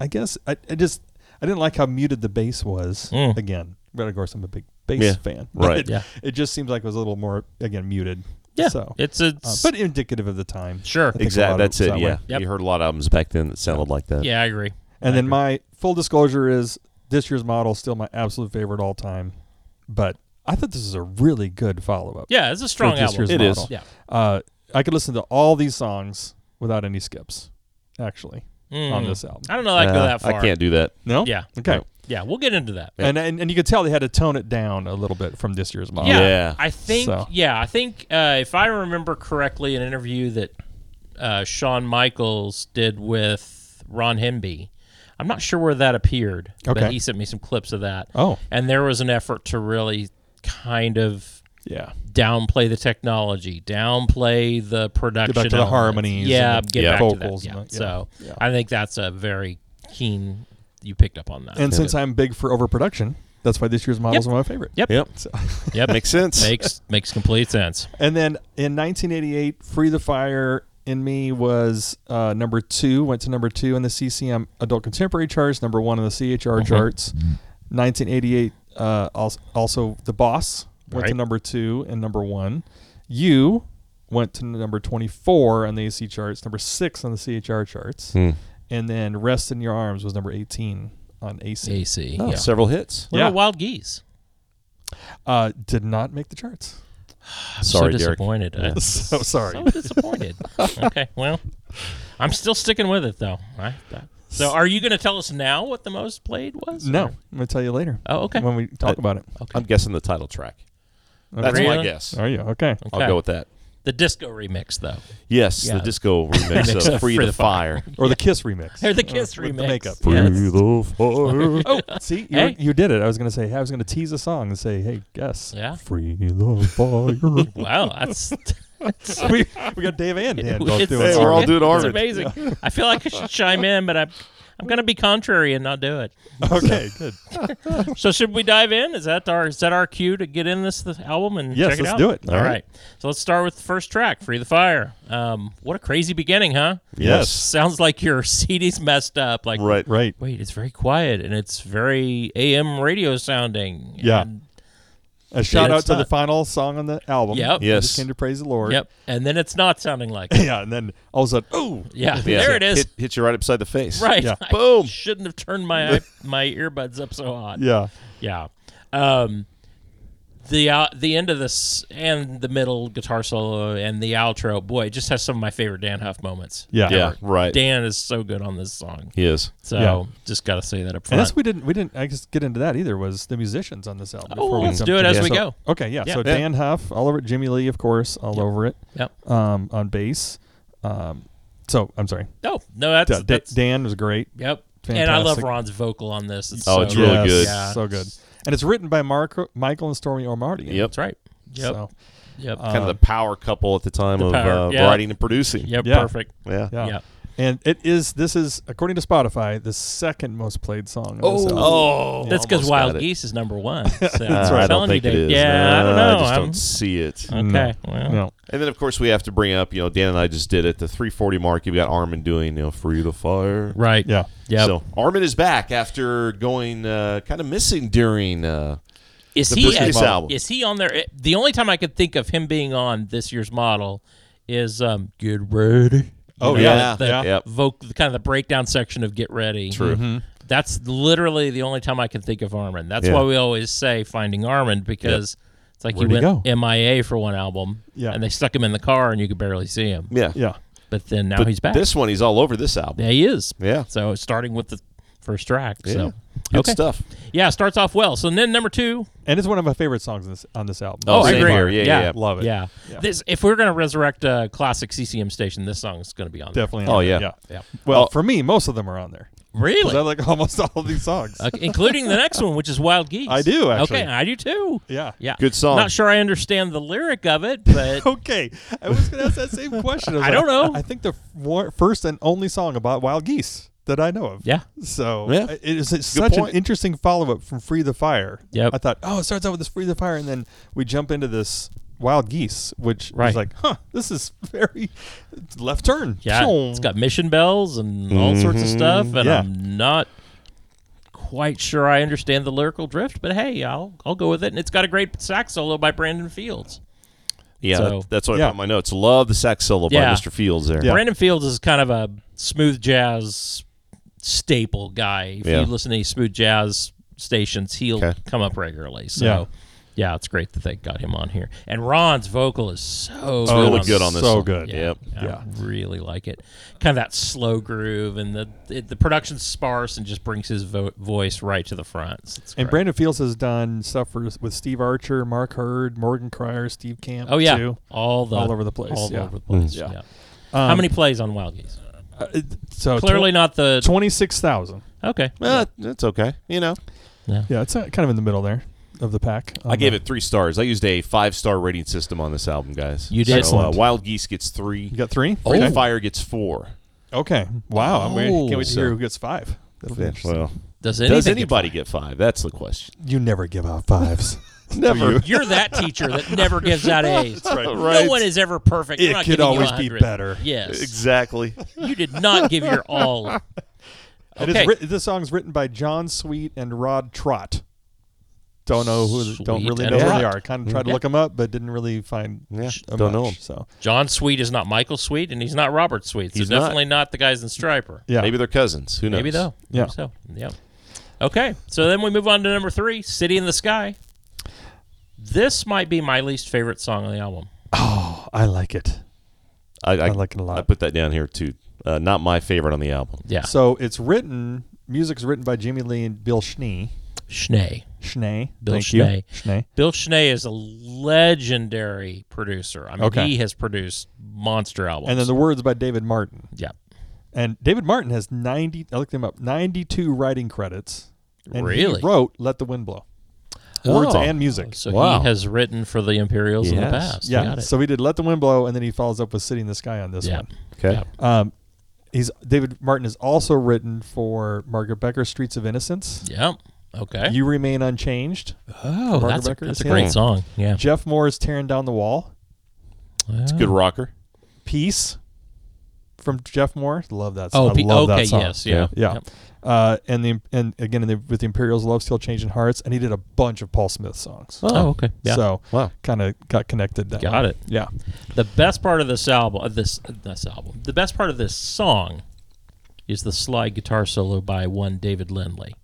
[SPEAKER 2] I guess I, I just I didn't like how muted the bass was
[SPEAKER 1] Mm.
[SPEAKER 2] again. But of course, I'm a big bass
[SPEAKER 3] Yeah,
[SPEAKER 2] fan.
[SPEAKER 3] right.
[SPEAKER 2] It,
[SPEAKER 1] Yeah.
[SPEAKER 2] it just seems like it was a little more again muted.
[SPEAKER 1] yeah.
[SPEAKER 2] So,
[SPEAKER 1] it's a
[SPEAKER 2] uh, but indicative of the time.
[SPEAKER 1] sure.
[SPEAKER 2] think a lot
[SPEAKER 3] Exactly.
[SPEAKER 2] of
[SPEAKER 3] That's
[SPEAKER 2] it was
[SPEAKER 3] it.
[SPEAKER 2] that
[SPEAKER 3] Yeah.
[SPEAKER 2] way.
[SPEAKER 1] Yep.
[SPEAKER 3] You heard a lot of albums back then that sounded like that.
[SPEAKER 1] Yeah, I agree.
[SPEAKER 2] And then
[SPEAKER 1] agree.
[SPEAKER 2] my full disclosure is this year's model is still my absolute favorite all time. But I thought this is a really good follow up.
[SPEAKER 1] Yeah, it's a strong
[SPEAKER 2] this
[SPEAKER 1] album.
[SPEAKER 2] year's
[SPEAKER 3] It is.
[SPEAKER 2] model.
[SPEAKER 1] Yeah.
[SPEAKER 2] Uh, I could listen to all these songs without any skips, actually, on
[SPEAKER 1] Mm.
[SPEAKER 2] this album.
[SPEAKER 1] I don't know. That go
[SPEAKER 3] Uh,
[SPEAKER 1] that far.
[SPEAKER 3] I can't do that.
[SPEAKER 2] No?
[SPEAKER 1] Yeah,
[SPEAKER 2] Okay.
[SPEAKER 3] No.
[SPEAKER 1] yeah. We'll get into that.
[SPEAKER 3] Yeah.
[SPEAKER 2] And, and and you could tell they had to tone it down a little bit from this year's model.
[SPEAKER 1] Yeah,
[SPEAKER 3] Yeah.
[SPEAKER 1] I think.
[SPEAKER 2] So.
[SPEAKER 1] Yeah, I think uh, if I remember correctly, an interview that uh, Shawn Michaels did with Ron Hemby. I'm not sure where that appeared, but
[SPEAKER 2] Okay.
[SPEAKER 1] he sent me some clips of that.
[SPEAKER 2] Oh.
[SPEAKER 1] and there was an effort to really kind of
[SPEAKER 2] Yeah.
[SPEAKER 1] downplay the technology, downplay the production,
[SPEAKER 2] to the
[SPEAKER 1] elements.
[SPEAKER 2] harmonies
[SPEAKER 1] yeah,
[SPEAKER 2] and the
[SPEAKER 1] get
[SPEAKER 3] Yeah.
[SPEAKER 1] back
[SPEAKER 2] vocals
[SPEAKER 1] to
[SPEAKER 2] and
[SPEAKER 1] that. Yeah.
[SPEAKER 2] the- yeah.
[SPEAKER 1] So
[SPEAKER 2] Yeah.
[SPEAKER 1] I think that's a very keen. You picked up on that.
[SPEAKER 2] And since I'm big for overproduction, that's why this year's model is one of my favorite.
[SPEAKER 1] Yep.
[SPEAKER 3] Yep.
[SPEAKER 2] So-
[SPEAKER 1] yep,
[SPEAKER 3] Makes sense.
[SPEAKER 1] makes makes complete sense.
[SPEAKER 2] and then in 1988, Free the Fire in Me was uh, number two, went to number two in the CCM Adult Contemporary charts, number one in the CHR charts. 1988, uh, also, also The Boss went to
[SPEAKER 1] Right.
[SPEAKER 2] number two and number one. You went to number 24 on the AC charts, number six on the CHR charts.
[SPEAKER 3] Hmm.
[SPEAKER 2] And then Rest in Your Arms was number 18 on AC.
[SPEAKER 1] AC.
[SPEAKER 3] Oh,
[SPEAKER 1] yeah.
[SPEAKER 3] Several hits.
[SPEAKER 1] What
[SPEAKER 2] Yeah.
[SPEAKER 1] about Wild Geese?
[SPEAKER 2] Uh, did not make the charts.
[SPEAKER 1] I'm
[SPEAKER 3] Sorry,
[SPEAKER 1] so
[SPEAKER 3] Derek.
[SPEAKER 1] disappointed. I'm
[SPEAKER 2] So sorry.
[SPEAKER 1] So disappointed. okay, well, I'm still sticking with it though. I, I- so, are you going to tell us now what the most played was?
[SPEAKER 2] No,
[SPEAKER 1] Or-
[SPEAKER 2] I'm going to tell you later.
[SPEAKER 1] Oh, okay.
[SPEAKER 2] When we talk about it.
[SPEAKER 1] Okay.
[SPEAKER 3] I'm guessing the title track. That's
[SPEAKER 1] Really?
[SPEAKER 3] my guess.
[SPEAKER 2] Are you? Okay.
[SPEAKER 1] Okay.
[SPEAKER 3] I'll go with that.
[SPEAKER 1] the disco remix though.
[SPEAKER 3] Yes,
[SPEAKER 1] Yeah.
[SPEAKER 3] the disco remix of Free the Fire.
[SPEAKER 2] Or the Kiss remix.
[SPEAKER 1] Or the Kiss
[SPEAKER 2] with
[SPEAKER 1] remix.
[SPEAKER 2] the makeup.
[SPEAKER 1] Yes.
[SPEAKER 3] the
[SPEAKER 2] Oh, see, you,
[SPEAKER 1] Hey.
[SPEAKER 2] you did it. I was going to say, hey, I was going to tease a song and say, hey, guess.
[SPEAKER 1] Yeah.
[SPEAKER 2] Free the fire.
[SPEAKER 1] Wow, that's
[SPEAKER 2] we, we got Dave and Dan both doing
[SPEAKER 3] Hey,
[SPEAKER 2] it.
[SPEAKER 3] we're all doing
[SPEAKER 1] it's
[SPEAKER 3] orange.
[SPEAKER 1] amazing. I feel like I should chime in, but I'm I'm going to be contrary and not do it.
[SPEAKER 2] Okay, good.
[SPEAKER 1] So should we dive in? Is that our is that our cue to get in this, this album and
[SPEAKER 2] Yes,
[SPEAKER 1] check it
[SPEAKER 2] let's
[SPEAKER 1] out?
[SPEAKER 2] do it.
[SPEAKER 1] All
[SPEAKER 2] All
[SPEAKER 1] right.
[SPEAKER 2] right.
[SPEAKER 1] So let's start with the first track, "Free the Fire." Um, what a crazy beginning, huh?
[SPEAKER 2] Yes.
[SPEAKER 1] Sounds like your CD's messed up. Like
[SPEAKER 3] Right.
[SPEAKER 2] Right.
[SPEAKER 1] Wait, it's very quiet and it's very AM radio sounding.
[SPEAKER 2] Yeah.
[SPEAKER 1] And,
[SPEAKER 2] A shout out
[SPEAKER 1] that's
[SPEAKER 2] to the
[SPEAKER 1] not-
[SPEAKER 2] final song on the album.
[SPEAKER 1] Yep.
[SPEAKER 2] I
[SPEAKER 3] Yes.
[SPEAKER 2] Just came to praise the Lord.
[SPEAKER 1] yep. And then it's not sounding like. It.
[SPEAKER 2] Yeah, and then all of a sudden, oh,
[SPEAKER 1] Yeah.
[SPEAKER 3] Yeah.
[SPEAKER 1] There it is.
[SPEAKER 3] Hit, hit you right upside the face.
[SPEAKER 1] right.
[SPEAKER 2] Yeah.
[SPEAKER 1] I
[SPEAKER 3] Boom.
[SPEAKER 1] Shouldn't have turned my eye- my earbuds up so hot.
[SPEAKER 2] yeah,
[SPEAKER 1] Yeah. Um, the uh, the end of this and the middle guitar solo and the outro, boy, it just has some of my favorite Dan Huff moments.
[SPEAKER 2] yeah,
[SPEAKER 3] Yeah. Right.
[SPEAKER 1] Dan is so good on this song.
[SPEAKER 3] He is.
[SPEAKER 1] So
[SPEAKER 2] Yeah.
[SPEAKER 1] just got to say that up front.
[SPEAKER 2] And that's we didn't we didn't I guess get into that either was the musicians on this album.
[SPEAKER 1] Oh,
[SPEAKER 2] before we
[SPEAKER 1] let's
[SPEAKER 2] jumped
[SPEAKER 1] do it
[SPEAKER 2] in.
[SPEAKER 1] as we
[SPEAKER 2] So-
[SPEAKER 1] go.
[SPEAKER 2] Okay, yeah.
[SPEAKER 1] Yeah.
[SPEAKER 2] So
[SPEAKER 3] Yeah.
[SPEAKER 2] Dan Huff all over it, Jimmy Lee, of course, all over it.
[SPEAKER 1] Yep.
[SPEAKER 2] Um, on bass. Um, so I'm sorry.
[SPEAKER 1] Oh, no, no, that's,
[SPEAKER 2] Da- Da-
[SPEAKER 1] that's
[SPEAKER 2] Dan was great.
[SPEAKER 1] yep.
[SPEAKER 2] fantastic.
[SPEAKER 1] And I love Ron's vocal on this. It's
[SPEAKER 3] Oh,
[SPEAKER 1] so
[SPEAKER 3] it's really
[SPEAKER 1] good.
[SPEAKER 3] good.
[SPEAKER 1] Yeah.
[SPEAKER 2] So good. And it's written by Marco, Michael and Stormy O'Marty.
[SPEAKER 3] Yep.
[SPEAKER 1] That's right. Yep.
[SPEAKER 2] So,
[SPEAKER 1] yep.
[SPEAKER 2] uh,
[SPEAKER 3] Kind of the power couple at the time
[SPEAKER 1] The
[SPEAKER 3] of
[SPEAKER 1] power,
[SPEAKER 3] uh,
[SPEAKER 1] yeah.
[SPEAKER 3] writing and producing.
[SPEAKER 1] yep.
[SPEAKER 2] yeah.
[SPEAKER 1] Perfect.
[SPEAKER 3] Yeah.
[SPEAKER 2] yeah.
[SPEAKER 1] Yep.
[SPEAKER 2] And it is, this is, according to Spotify, the second most played song. on this
[SPEAKER 3] Oh,
[SPEAKER 2] album.
[SPEAKER 3] oh,
[SPEAKER 1] That's because
[SPEAKER 3] almost
[SPEAKER 1] Wild
[SPEAKER 3] got it.
[SPEAKER 1] Geese is number one. So
[SPEAKER 3] Uh, I don't think it is.
[SPEAKER 1] Yeah, I don't
[SPEAKER 3] No,
[SPEAKER 1] know.
[SPEAKER 3] I just
[SPEAKER 1] I'm-
[SPEAKER 3] don't see it.
[SPEAKER 1] Okay. Well,
[SPEAKER 2] No.
[SPEAKER 3] And then, of course, we have to bring up, you know, Dan and I just did it. The 340 mark, you've got Armin doing, you know, Free the Fire.
[SPEAKER 1] Right.
[SPEAKER 2] Yeah.
[SPEAKER 1] Yep.
[SPEAKER 3] So Armin is back after going uh, kind of missing during. Uh,
[SPEAKER 1] is
[SPEAKER 3] the
[SPEAKER 1] he
[SPEAKER 3] Bruce Willis
[SPEAKER 1] is,
[SPEAKER 3] album.
[SPEAKER 1] is he on there? It- the only time I could think of him being on this year's model is um, Get Ready. You
[SPEAKER 2] Oh,
[SPEAKER 1] know,
[SPEAKER 2] yeah.
[SPEAKER 1] The,
[SPEAKER 2] Yeah. Mm-hmm.
[SPEAKER 3] Yep.
[SPEAKER 1] voc- kind of the breakdown section of Get Ready.
[SPEAKER 3] True.
[SPEAKER 1] That's literally the only time I can think of Armin. That's
[SPEAKER 3] Yeah.
[SPEAKER 1] why we always say finding Armin because it's like
[SPEAKER 2] Where'd
[SPEAKER 1] he
[SPEAKER 2] he
[SPEAKER 1] went MIA for one album,
[SPEAKER 2] Yeah.
[SPEAKER 1] and they stuck him in the car, and you could barely see him.
[SPEAKER 3] Yeah.
[SPEAKER 2] Yeah.
[SPEAKER 1] But then now
[SPEAKER 3] But
[SPEAKER 1] he's back.
[SPEAKER 3] This one, he's all over this album.
[SPEAKER 1] yeah, he is.
[SPEAKER 3] Yeah.
[SPEAKER 1] So starting with the first track. So
[SPEAKER 3] Good
[SPEAKER 1] okay.
[SPEAKER 3] stuff.
[SPEAKER 1] Yeah, starts off well. So then number two.
[SPEAKER 2] And it's one of my favorite songs on this, on this album.
[SPEAKER 1] Oh, I
[SPEAKER 3] same
[SPEAKER 1] agree.
[SPEAKER 3] here. Yeah, yeah,
[SPEAKER 1] Yeah.
[SPEAKER 3] yeah.
[SPEAKER 2] Love it.
[SPEAKER 1] Yeah.
[SPEAKER 2] Yeah.
[SPEAKER 1] This if we're gonna resurrect a classic CCM station, this song is gonna be on. there.
[SPEAKER 2] Definitely.
[SPEAKER 3] Oh,
[SPEAKER 2] on there.
[SPEAKER 3] yeah.
[SPEAKER 1] Yeah.
[SPEAKER 2] Well,
[SPEAKER 3] Oh.
[SPEAKER 2] for me, most of them are on there. 'Cause
[SPEAKER 1] Really.
[SPEAKER 2] I like almost all of these songs.
[SPEAKER 1] Uh, including the next one, which is Wild Geese.
[SPEAKER 2] I do, actually.
[SPEAKER 1] Okay, I do too.
[SPEAKER 2] Yeah.
[SPEAKER 1] Yeah.
[SPEAKER 3] Good song.
[SPEAKER 1] Not sure I understand the lyric of it, but
[SPEAKER 2] Okay, I was going to ask that same question. was
[SPEAKER 1] I don't
[SPEAKER 2] like,
[SPEAKER 1] know.
[SPEAKER 2] I think the f- war- first and only song about wild geese that I know of.
[SPEAKER 1] yeah.
[SPEAKER 2] So
[SPEAKER 3] Yeah.
[SPEAKER 2] I- it is it's such
[SPEAKER 3] point.
[SPEAKER 2] an interesting follow up from Free the Fire.
[SPEAKER 1] Yep.
[SPEAKER 2] I thought, oh, it starts out with this Free the Fire, and then we jump into this Wild Geese, which
[SPEAKER 1] Right.
[SPEAKER 2] is like, huh, this is very it's left turn.
[SPEAKER 1] Yeah.
[SPEAKER 2] Pshoom.
[SPEAKER 1] It's got mission bells and all sorts of stuff, and
[SPEAKER 2] Mm-hmm. Yeah.
[SPEAKER 1] I'm not quite sure I understand the lyrical drift, but hey, I'll I'll go with it. And it's got a great sax solo by Brandon Fields.
[SPEAKER 3] Yeah,
[SPEAKER 1] So-
[SPEAKER 3] that- that's what I
[SPEAKER 2] Yeah.
[SPEAKER 3] put in my notes. Love the sax solo
[SPEAKER 1] Yeah.
[SPEAKER 3] by Mr. Fields there.
[SPEAKER 2] Yeah.
[SPEAKER 1] Brandon Fields is kind of a smooth jazz staple guy. If
[SPEAKER 3] Yeah.
[SPEAKER 1] you listen to any smooth jazz stations, he'll
[SPEAKER 3] Okay.
[SPEAKER 1] come up regularly. So
[SPEAKER 2] Yeah.
[SPEAKER 1] yeah. it's great that they got him on here. And Ron's vocal is so
[SPEAKER 2] Oh,
[SPEAKER 1] good
[SPEAKER 3] really
[SPEAKER 1] on
[SPEAKER 3] good on this
[SPEAKER 2] So
[SPEAKER 3] one.
[SPEAKER 2] good.
[SPEAKER 1] Yeah,
[SPEAKER 3] Yep.
[SPEAKER 2] Yeah.
[SPEAKER 1] I really like it. Kind of that slow groove, and the it, the production's sparse, and just brings his vo- voice right to the front. So it's
[SPEAKER 2] And
[SPEAKER 1] great.
[SPEAKER 2] Brandon Fields has done stuff for, with Steve Archer, Mark Hurd, Morgan Cryer, Steve Camp.
[SPEAKER 1] oh yeah,
[SPEAKER 2] too.
[SPEAKER 1] all the
[SPEAKER 2] All over the place,
[SPEAKER 1] all
[SPEAKER 2] yeah.
[SPEAKER 1] over the place.
[SPEAKER 2] Yeah.
[SPEAKER 1] Yeah.
[SPEAKER 2] Um,
[SPEAKER 1] How many plays on Wild Geese?
[SPEAKER 2] Uh, Uh, it- so
[SPEAKER 1] Clearly not the
[SPEAKER 2] twenty six thousand.
[SPEAKER 1] okay.
[SPEAKER 3] Well, that's okay. You know,
[SPEAKER 2] Yeah, it's uh, kind of in the middle there of the pack.
[SPEAKER 3] I gave it three stars. I used a five star rating system on this album, guys.
[SPEAKER 1] You did.
[SPEAKER 3] So, uh,
[SPEAKER 2] Excellent.
[SPEAKER 3] Wild Geese gets three.
[SPEAKER 2] You got three.
[SPEAKER 1] Oh.
[SPEAKER 3] Free
[SPEAKER 2] Okay.
[SPEAKER 3] the Fire gets four.
[SPEAKER 2] Okay. Wow. I'm waiting. Can't wait to
[SPEAKER 3] So-
[SPEAKER 2] hear who gets five. That'll be interesting.
[SPEAKER 3] Well,
[SPEAKER 1] Does,
[SPEAKER 3] does
[SPEAKER 1] anything-
[SPEAKER 3] anybody get five? That's the question.
[SPEAKER 2] You never give out fives.
[SPEAKER 3] Never.
[SPEAKER 1] You're that teacher that never gives out A's.
[SPEAKER 3] Right.
[SPEAKER 1] No one is ever perfect. We're
[SPEAKER 2] It
[SPEAKER 1] not
[SPEAKER 2] could
[SPEAKER 1] giving you
[SPEAKER 2] always be
[SPEAKER 1] 100.
[SPEAKER 2] better.
[SPEAKER 1] Yes.
[SPEAKER 3] Exactly.
[SPEAKER 1] You did not give your all.
[SPEAKER 2] And it's
[SPEAKER 1] Okay.
[SPEAKER 2] writ- this song's written by John Sweet and Rod Trott. Don't know who. don't
[SPEAKER 1] Sweet
[SPEAKER 2] really
[SPEAKER 1] and
[SPEAKER 2] know who
[SPEAKER 1] Trott.
[SPEAKER 2] they are. Kind of tried to
[SPEAKER 1] Yeah.
[SPEAKER 2] look them up, but didn't really find.
[SPEAKER 3] Yeah,
[SPEAKER 2] a
[SPEAKER 3] don't know
[SPEAKER 2] much,
[SPEAKER 3] 'em.
[SPEAKER 2] So
[SPEAKER 1] John Sweet is not Michael Sweet, and he's not Robert Sweet. So
[SPEAKER 3] He's not.
[SPEAKER 1] definitely not. the guys in Striper.
[SPEAKER 2] yeah,
[SPEAKER 3] Maybe they're cousins. Who knows?
[SPEAKER 1] Maybe though.
[SPEAKER 2] Yeah.
[SPEAKER 1] Maybe so yeah. Okay, so then we move on to number three, "City in the Sky." This might be my least favorite song on the album.
[SPEAKER 2] Oh, I like it.
[SPEAKER 3] I, I,
[SPEAKER 2] I like it a lot.
[SPEAKER 3] I put that down here too. Uh, not my favorite on the album.
[SPEAKER 1] Yeah,
[SPEAKER 2] So it's written. Music's written by Jimmy Lee and Bill Schnee.
[SPEAKER 1] Schnee.
[SPEAKER 2] Schnee.
[SPEAKER 1] Bill
[SPEAKER 2] Thank
[SPEAKER 1] Schnee.
[SPEAKER 2] You. Schnee.
[SPEAKER 1] Bill Schnee is a legendary producer. I mean,
[SPEAKER 2] Okay.
[SPEAKER 1] he has produced monster albums.
[SPEAKER 2] And then the words by David Martin.
[SPEAKER 1] yeah,
[SPEAKER 2] And David Martin has 90, I looked him up, 92 writing credits. And
[SPEAKER 1] Really?
[SPEAKER 2] He wrote Let the Wind Blow. Words
[SPEAKER 3] Oh.
[SPEAKER 2] and music.
[SPEAKER 1] So
[SPEAKER 3] Wow.
[SPEAKER 1] he has written for the Imperials in the
[SPEAKER 3] Yes.
[SPEAKER 1] past.
[SPEAKER 2] yeah.
[SPEAKER 1] Got it.
[SPEAKER 2] So he did Let the Wind Blow, and then he follows up with Sitting in the Sky on this
[SPEAKER 1] yeah.
[SPEAKER 2] one.
[SPEAKER 3] Okay.
[SPEAKER 1] Yeah.
[SPEAKER 2] Um, he's David Martin has also written for Margaret Becker, Streets of Innocence.
[SPEAKER 1] Yep. Okay.
[SPEAKER 2] You Remain Unchanged.
[SPEAKER 1] oh,
[SPEAKER 2] Margaret
[SPEAKER 1] that's a,
[SPEAKER 2] Becker
[SPEAKER 1] that's
[SPEAKER 2] is
[SPEAKER 1] a
[SPEAKER 2] him.
[SPEAKER 1] great song. Yeah.
[SPEAKER 2] Jeff Moore's Tearing Down the Wall.
[SPEAKER 1] It's
[SPEAKER 3] Good rocker.
[SPEAKER 2] Peace from Jeff Moore. Love that song.
[SPEAKER 1] Oh,
[SPEAKER 2] I
[SPEAKER 1] P-
[SPEAKER 2] love
[SPEAKER 1] okay.
[SPEAKER 2] that song.
[SPEAKER 1] Yes. Yeah.
[SPEAKER 2] Yeah.
[SPEAKER 1] Yep.
[SPEAKER 2] Uh, and the and again in the, with the Imperials, Love Still Changing Hearts, and he did a bunch of Paul Smith songs.
[SPEAKER 1] Oh, okay. Yeah.
[SPEAKER 2] So
[SPEAKER 3] Wow.
[SPEAKER 2] kind of got connected. That
[SPEAKER 1] Got
[SPEAKER 2] way.
[SPEAKER 1] it.
[SPEAKER 2] Yeah.
[SPEAKER 1] The best part of this album, of this this album, the best part of this song, is the slide guitar solo by one David Lindley.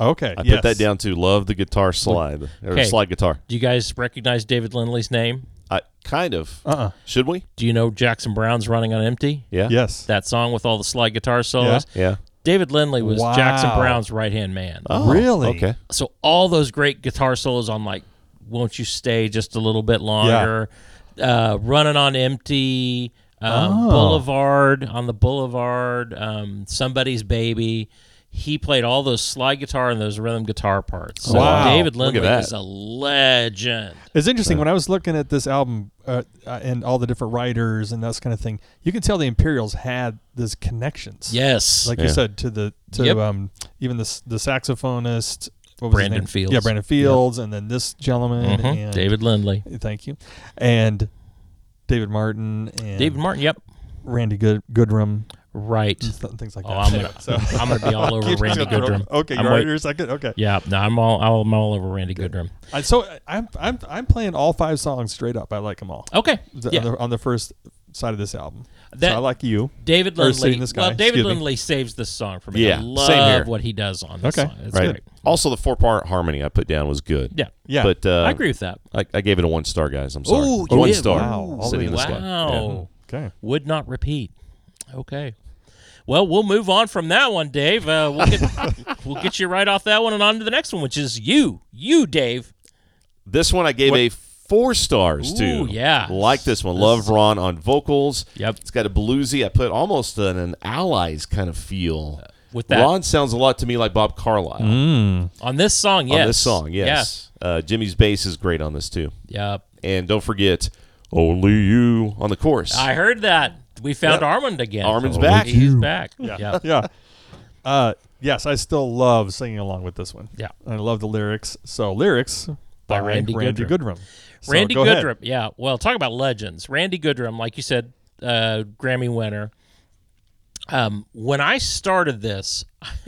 [SPEAKER 2] Okay.
[SPEAKER 3] I
[SPEAKER 2] yes.
[SPEAKER 3] put that down too. Love the guitar slide or
[SPEAKER 1] Okay.
[SPEAKER 3] slide guitar.
[SPEAKER 1] Do you guys recognize David Lindley's name?
[SPEAKER 3] I kind of.
[SPEAKER 2] Uh. uh
[SPEAKER 3] Should we?
[SPEAKER 1] Do you know Jackson Brown's "Running on Empty"?
[SPEAKER 3] Yeah.
[SPEAKER 2] Yes.
[SPEAKER 1] That song with all the slide guitar solos.
[SPEAKER 3] Yeah.
[SPEAKER 1] David Lindley was
[SPEAKER 2] Wow.
[SPEAKER 1] Jackson Brown's right hand man.
[SPEAKER 3] Oh,
[SPEAKER 2] Really?
[SPEAKER 3] Okay.
[SPEAKER 1] so all those great guitar solos on like won't you stay just a little bit longer uh, running on empty um,
[SPEAKER 2] Oh.
[SPEAKER 1] boulevard on the boulevard um, somebody's baby He played all those slide guitar and those rhythm guitar parts. So
[SPEAKER 2] Wow.
[SPEAKER 1] David
[SPEAKER 3] Look at
[SPEAKER 1] Lindley
[SPEAKER 3] that.
[SPEAKER 1] is a legend.
[SPEAKER 2] It's interesting when I was looking at this album uh, uh, and all the different writers and that kind of thing. You can tell the Imperials had those connections.
[SPEAKER 1] Yes.
[SPEAKER 2] like you
[SPEAKER 3] Yeah.
[SPEAKER 2] said to the to
[SPEAKER 1] Yep.
[SPEAKER 2] um even the s- the saxophonist what was his
[SPEAKER 1] Brandon
[SPEAKER 2] name?
[SPEAKER 1] Fields.
[SPEAKER 2] Yeah, Brandon Fields, and then this gentleman,
[SPEAKER 1] Mhm.
[SPEAKER 2] and
[SPEAKER 1] David Lindley.
[SPEAKER 2] Thank you, and David Martin and
[SPEAKER 1] David Martin. Yep.
[SPEAKER 2] Randy Good Goodrum,
[SPEAKER 1] Right.
[SPEAKER 2] and th- things like
[SPEAKER 1] Oh,
[SPEAKER 2] that.
[SPEAKER 1] I'm gonna, I'm gonna be all over
[SPEAKER 2] Keep-
[SPEAKER 1] Randy Goodrum.
[SPEAKER 2] Okay,
[SPEAKER 1] I'm
[SPEAKER 2] you're
[SPEAKER 1] wait-
[SPEAKER 2] right here a second. Okay,
[SPEAKER 1] Yeah, no, I'm all I'm all over Randy Goodrum.
[SPEAKER 2] I, so I- I'm I'm I'm playing all five songs straight up. I like them all.
[SPEAKER 1] Okay,
[SPEAKER 2] The-
[SPEAKER 1] Oh, yeah.
[SPEAKER 2] on, the, on the first side of this album,
[SPEAKER 1] That-
[SPEAKER 2] so I like you.
[SPEAKER 1] David
[SPEAKER 2] Or
[SPEAKER 1] Lindley.
[SPEAKER 2] seeing this guy,
[SPEAKER 1] well, David
[SPEAKER 2] excuse me.
[SPEAKER 1] Lindley saves this song for me.
[SPEAKER 3] Yeah,
[SPEAKER 1] I
[SPEAKER 3] same
[SPEAKER 1] love
[SPEAKER 3] here.
[SPEAKER 1] what he does on this
[SPEAKER 2] Okay,
[SPEAKER 1] song. It's
[SPEAKER 3] right.
[SPEAKER 1] great.
[SPEAKER 3] Also, the four part harmony I put down was good.
[SPEAKER 1] Yeah,
[SPEAKER 2] Yeah,
[SPEAKER 3] But uh,
[SPEAKER 1] I agree with that.
[SPEAKER 3] I, I gave it a one star, guys. I'm sorry.
[SPEAKER 1] Ooh, you
[SPEAKER 3] one
[SPEAKER 1] did.
[SPEAKER 3] star.
[SPEAKER 2] Wow. All
[SPEAKER 3] Sitting in the
[SPEAKER 1] wow,
[SPEAKER 3] sky. Yeah.
[SPEAKER 2] okay.
[SPEAKER 1] would not repeat. Okay. Well, we'll move on from that one, Dave. Uh, we'll, get, we'll get you right off that one and on to the next one, which is you, you, Dave.
[SPEAKER 3] This one I gave a four stars
[SPEAKER 1] Ooh,
[SPEAKER 3] to.
[SPEAKER 1] yeah.
[SPEAKER 3] Like this one. Love Ron on vocals.
[SPEAKER 1] Yep.
[SPEAKER 3] It's got a bluesy. I put almost an, an allies kind of feel.
[SPEAKER 1] Uh, with that-
[SPEAKER 3] Ron sounds a lot to me like Bob Carlyle
[SPEAKER 1] On this song, yes.
[SPEAKER 3] on this song. Yes. Uh, Jimmy's bass is great on this too.
[SPEAKER 1] Yeah. Yep.
[SPEAKER 3] And don't forget, only you on the chorus.
[SPEAKER 1] I heard that. We found Armand again.
[SPEAKER 3] Armand's back.
[SPEAKER 1] He's back. Yeah.
[SPEAKER 2] yeah. Uh, yes, I still love singing along with this one.
[SPEAKER 1] Yeah.
[SPEAKER 2] I love the lyrics. So lyrics by,
[SPEAKER 1] Randy
[SPEAKER 2] Randy,
[SPEAKER 1] Goodrum.
[SPEAKER 2] Goodrum. So
[SPEAKER 1] Randy
[SPEAKER 2] go ahead.
[SPEAKER 1] Goodrum. Yeah. Well, talk about legends. Randy Goodrum, like you said, uh, Grammy winner. Um, when I started this,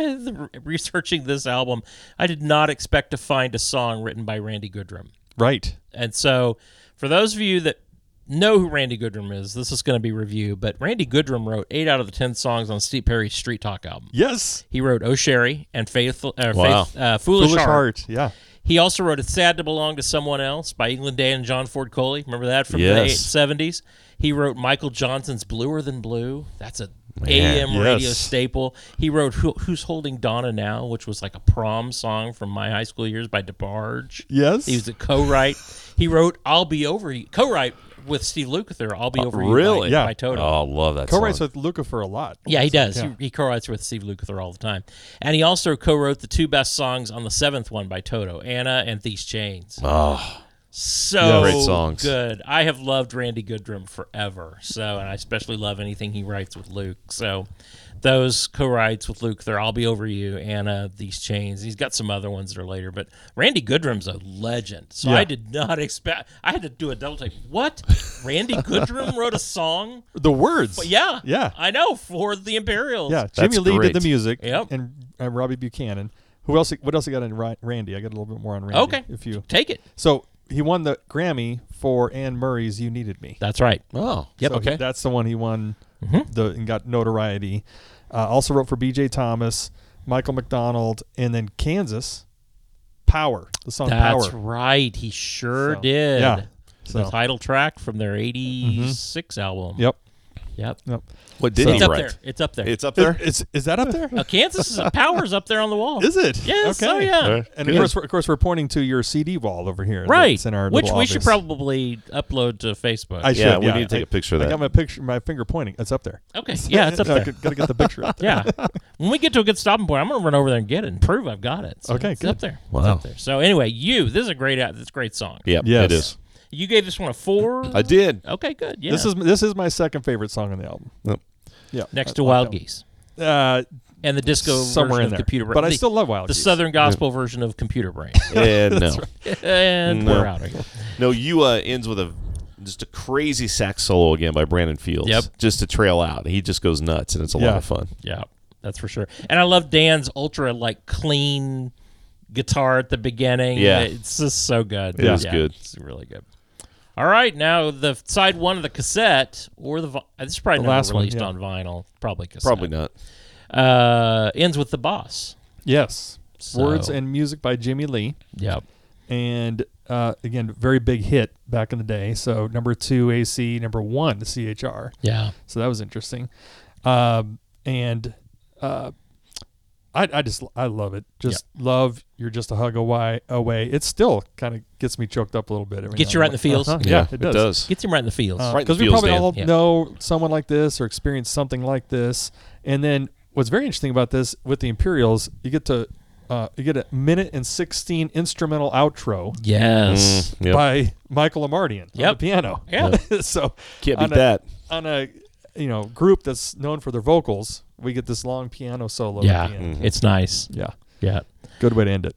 [SPEAKER 1] researching this album, I did not expect to find a song written by Randy Goodrum.
[SPEAKER 2] Right.
[SPEAKER 1] And so, for those of you that know who Randy Goodrum is, this is going to be review. But Randy Goodrum wrote eight out of the ten songs on Steve Perry's Street Talk album.
[SPEAKER 2] Yes.
[SPEAKER 1] He wrote "Oh Sherry" and "Faithful," uh,
[SPEAKER 3] Wow.
[SPEAKER 1] Faith, uh, "Foolish,
[SPEAKER 2] Foolish
[SPEAKER 1] Heart.
[SPEAKER 2] heart. Yeah.
[SPEAKER 1] He also wrote "It's Sad to Belong to Someone Else" by England Day and John Ford Coley. Remember that from the
[SPEAKER 3] Yes.
[SPEAKER 1] eight seventies. He wrote Michael Johnson's "Bluer Than Blue." That's a AM
[SPEAKER 2] yes.
[SPEAKER 1] radio staple. He wrote Who, "Who's Holding Donna Now," which was like a prom song from my high school years by DeBarge.
[SPEAKER 2] Yes.
[SPEAKER 1] He was a co-write. he wrote "I'll Be Over You," co-write with Steve Lukather. "I'll Be Over You"
[SPEAKER 3] really?
[SPEAKER 1] by,
[SPEAKER 2] Uh, Yeah.
[SPEAKER 1] by Toto.
[SPEAKER 3] Oh, love that
[SPEAKER 2] co-writes
[SPEAKER 3] song.
[SPEAKER 2] with Luca for a lot.
[SPEAKER 1] Yeah, he does.
[SPEAKER 2] Yeah.
[SPEAKER 1] He, he co-writes with Steve Lukather all the time, and he also co-wrote the two best songs on the seventh one by Toto, "Anna" and "These Chains."
[SPEAKER 3] Oh,
[SPEAKER 1] so
[SPEAKER 3] Great songs.
[SPEAKER 1] good. I have loved Randy Goodrum forever. So, and I especially love anything he writes with Luke. So, those co-writes with Luke, they're "I'll Be Over You," "Anna," "These Chains." He's got some other ones that are later, but Randy Goodrum's a legend. So
[SPEAKER 2] Yeah.
[SPEAKER 1] I did not expect. I had to do a double take. What? Randy Goodrum wrote a song?
[SPEAKER 2] The words.
[SPEAKER 1] Yeah,
[SPEAKER 2] Yeah.
[SPEAKER 1] I know for the Imperials.
[SPEAKER 2] Yeah. Jimmy Lee
[SPEAKER 3] great.
[SPEAKER 2] did the music.
[SPEAKER 1] Yep.
[SPEAKER 2] And, and Robbie Buchanan. Who else? What else you got in Ra- Randy? I got a little bit more on Randy.
[SPEAKER 1] Okay.
[SPEAKER 2] If you.
[SPEAKER 1] Take it.
[SPEAKER 2] So he won the Grammy for Anne Murray's "You Needed Me."
[SPEAKER 1] That's right.
[SPEAKER 3] oh,
[SPEAKER 1] Yep. Mm-hmm.
[SPEAKER 2] So he- that's the one he won the and got notoriety. Uh, also wrote for B.J. Thomas, Michael McDonald, and then Kansas Power. The song
[SPEAKER 1] That's
[SPEAKER 2] Power.
[SPEAKER 1] right. He sure
[SPEAKER 2] So,
[SPEAKER 1] did.
[SPEAKER 2] yeah.
[SPEAKER 1] The
[SPEAKER 2] So Mm-hmm.
[SPEAKER 1] title track from their 86 album.
[SPEAKER 2] yep,
[SPEAKER 1] Yep.
[SPEAKER 2] yep.
[SPEAKER 3] What did
[SPEAKER 2] So-
[SPEAKER 1] It's
[SPEAKER 3] he
[SPEAKER 1] up
[SPEAKER 3] write?
[SPEAKER 1] there. It's up there.
[SPEAKER 3] It's up there.
[SPEAKER 2] Is, is is that up there?
[SPEAKER 1] Uh, Kansas is, Powers up there on the wall.
[SPEAKER 2] Is it?
[SPEAKER 1] Yes.
[SPEAKER 2] Okay.
[SPEAKER 1] Oh, yeah.
[SPEAKER 3] Uh,
[SPEAKER 2] And
[SPEAKER 3] good.
[SPEAKER 2] of course, we're, of course, we're pointing to your CD wall over here.
[SPEAKER 1] right.
[SPEAKER 2] that's in our
[SPEAKER 1] Which
[SPEAKER 2] little
[SPEAKER 1] we should
[SPEAKER 2] office.
[SPEAKER 1] probably upload to Facebook.
[SPEAKER 2] I should.
[SPEAKER 3] Yeah, we need to take
[SPEAKER 2] I-
[SPEAKER 3] a picture of
[SPEAKER 2] I
[SPEAKER 3] that.
[SPEAKER 2] got my picture, my finger pointing. It's up there.
[SPEAKER 1] okay. Yeah, it's up
[SPEAKER 2] I
[SPEAKER 1] there.
[SPEAKER 2] could- gotta get the picture up there.
[SPEAKER 1] Yeah. When we get to a good stopping point, I'm going to run over there and get it and prove I've got it. So
[SPEAKER 2] Okay,
[SPEAKER 1] It's
[SPEAKER 2] good.
[SPEAKER 1] up there. It's
[SPEAKER 3] Wow.
[SPEAKER 1] up there. So anyway, you. This is a great. This is a great song.
[SPEAKER 3] Yep,
[SPEAKER 2] Yes.
[SPEAKER 3] it is.
[SPEAKER 1] You gave this one a four.
[SPEAKER 3] I did.
[SPEAKER 1] Okay. Good. Yeah.
[SPEAKER 2] This is this is my second favorite song on the album.
[SPEAKER 3] Yep.
[SPEAKER 2] Yeah.
[SPEAKER 1] next to Wild
[SPEAKER 2] that one.
[SPEAKER 1] Geese
[SPEAKER 2] Uh,
[SPEAKER 1] and the disco
[SPEAKER 2] somewhere
[SPEAKER 1] version
[SPEAKER 2] in
[SPEAKER 1] of
[SPEAKER 2] there.
[SPEAKER 1] Computer Brain.
[SPEAKER 2] But I
[SPEAKER 1] The-
[SPEAKER 2] still love Wild
[SPEAKER 1] the
[SPEAKER 2] Geese.
[SPEAKER 1] Southern Gospel version of Computer Brain.
[SPEAKER 3] And no,
[SPEAKER 1] and
[SPEAKER 3] No.
[SPEAKER 1] we're out of here.
[SPEAKER 3] no, you uh, ends with a just a crazy sax solo again by Brandon Fields.
[SPEAKER 1] Yep.
[SPEAKER 3] Just to trail out, he just goes nuts, and it's a lot
[SPEAKER 2] Yeah.
[SPEAKER 3] of fun.
[SPEAKER 1] Yeah, that's for sure. And I love Dan's ultra like clean guitar at the beginning.
[SPEAKER 3] Yeah.
[SPEAKER 1] it's just so good.
[SPEAKER 3] It is
[SPEAKER 1] Yeah,
[SPEAKER 3] good.
[SPEAKER 1] It's really good. All right, now the side one of the cassette or the vi- this is probably
[SPEAKER 2] The
[SPEAKER 1] not
[SPEAKER 2] last one,
[SPEAKER 1] released
[SPEAKER 2] yeah.
[SPEAKER 1] on vinyl. Probably cassette.
[SPEAKER 3] Probably not.
[SPEAKER 1] Uh, ends with the boss.
[SPEAKER 2] Yes. Words
[SPEAKER 1] So-
[SPEAKER 2] and music by Jimmy Lee.
[SPEAKER 1] Yep.
[SPEAKER 2] And uh, again, very big hit back in the day. So number two AC, number one CHR.
[SPEAKER 1] Yeah.
[SPEAKER 2] So that was interesting. Um, and uh, I, I just I love it. Just love. You're just a hug away. Away. It still kind of gets me choked up a little bit. every
[SPEAKER 1] Gets
[SPEAKER 2] now
[SPEAKER 1] you
[SPEAKER 2] and
[SPEAKER 1] right in the
[SPEAKER 2] then.
[SPEAKER 1] feels.
[SPEAKER 2] Uh-huh. Yeah, it does.
[SPEAKER 1] Gets him right in the feels.
[SPEAKER 2] Because
[SPEAKER 3] Right in the
[SPEAKER 2] Uh, we
[SPEAKER 3] feels,
[SPEAKER 2] probably
[SPEAKER 3] Dan.
[SPEAKER 2] all
[SPEAKER 1] Yeah.
[SPEAKER 2] know someone like this or experience something like this, and then what's very interesting about this with the Imperials, you get to uh, you get a minute and sixteen instrumental outro
[SPEAKER 1] Yes.
[SPEAKER 3] Mm, yep.
[SPEAKER 2] by Michael Amardian on the
[SPEAKER 1] Yep.
[SPEAKER 2] piano.
[SPEAKER 1] Yeah.
[SPEAKER 2] so
[SPEAKER 3] Can't
[SPEAKER 2] on
[SPEAKER 3] beat
[SPEAKER 2] a-
[SPEAKER 3] that.
[SPEAKER 2] on a you know group that's known for their vocals, we get this long piano solo.
[SPEAKER 1] Yeah. Mm-hmm.
[SPEAKER 2] At the
[SPEAKER 3] Mm-hmm.
[SPEAKER 2] end.
[SPEAKER 1] It's nice.
[SPEAKER 2] Yeah.
[SPEAKER 1] Yeah.
[SPEAKER 2] Good way to end it.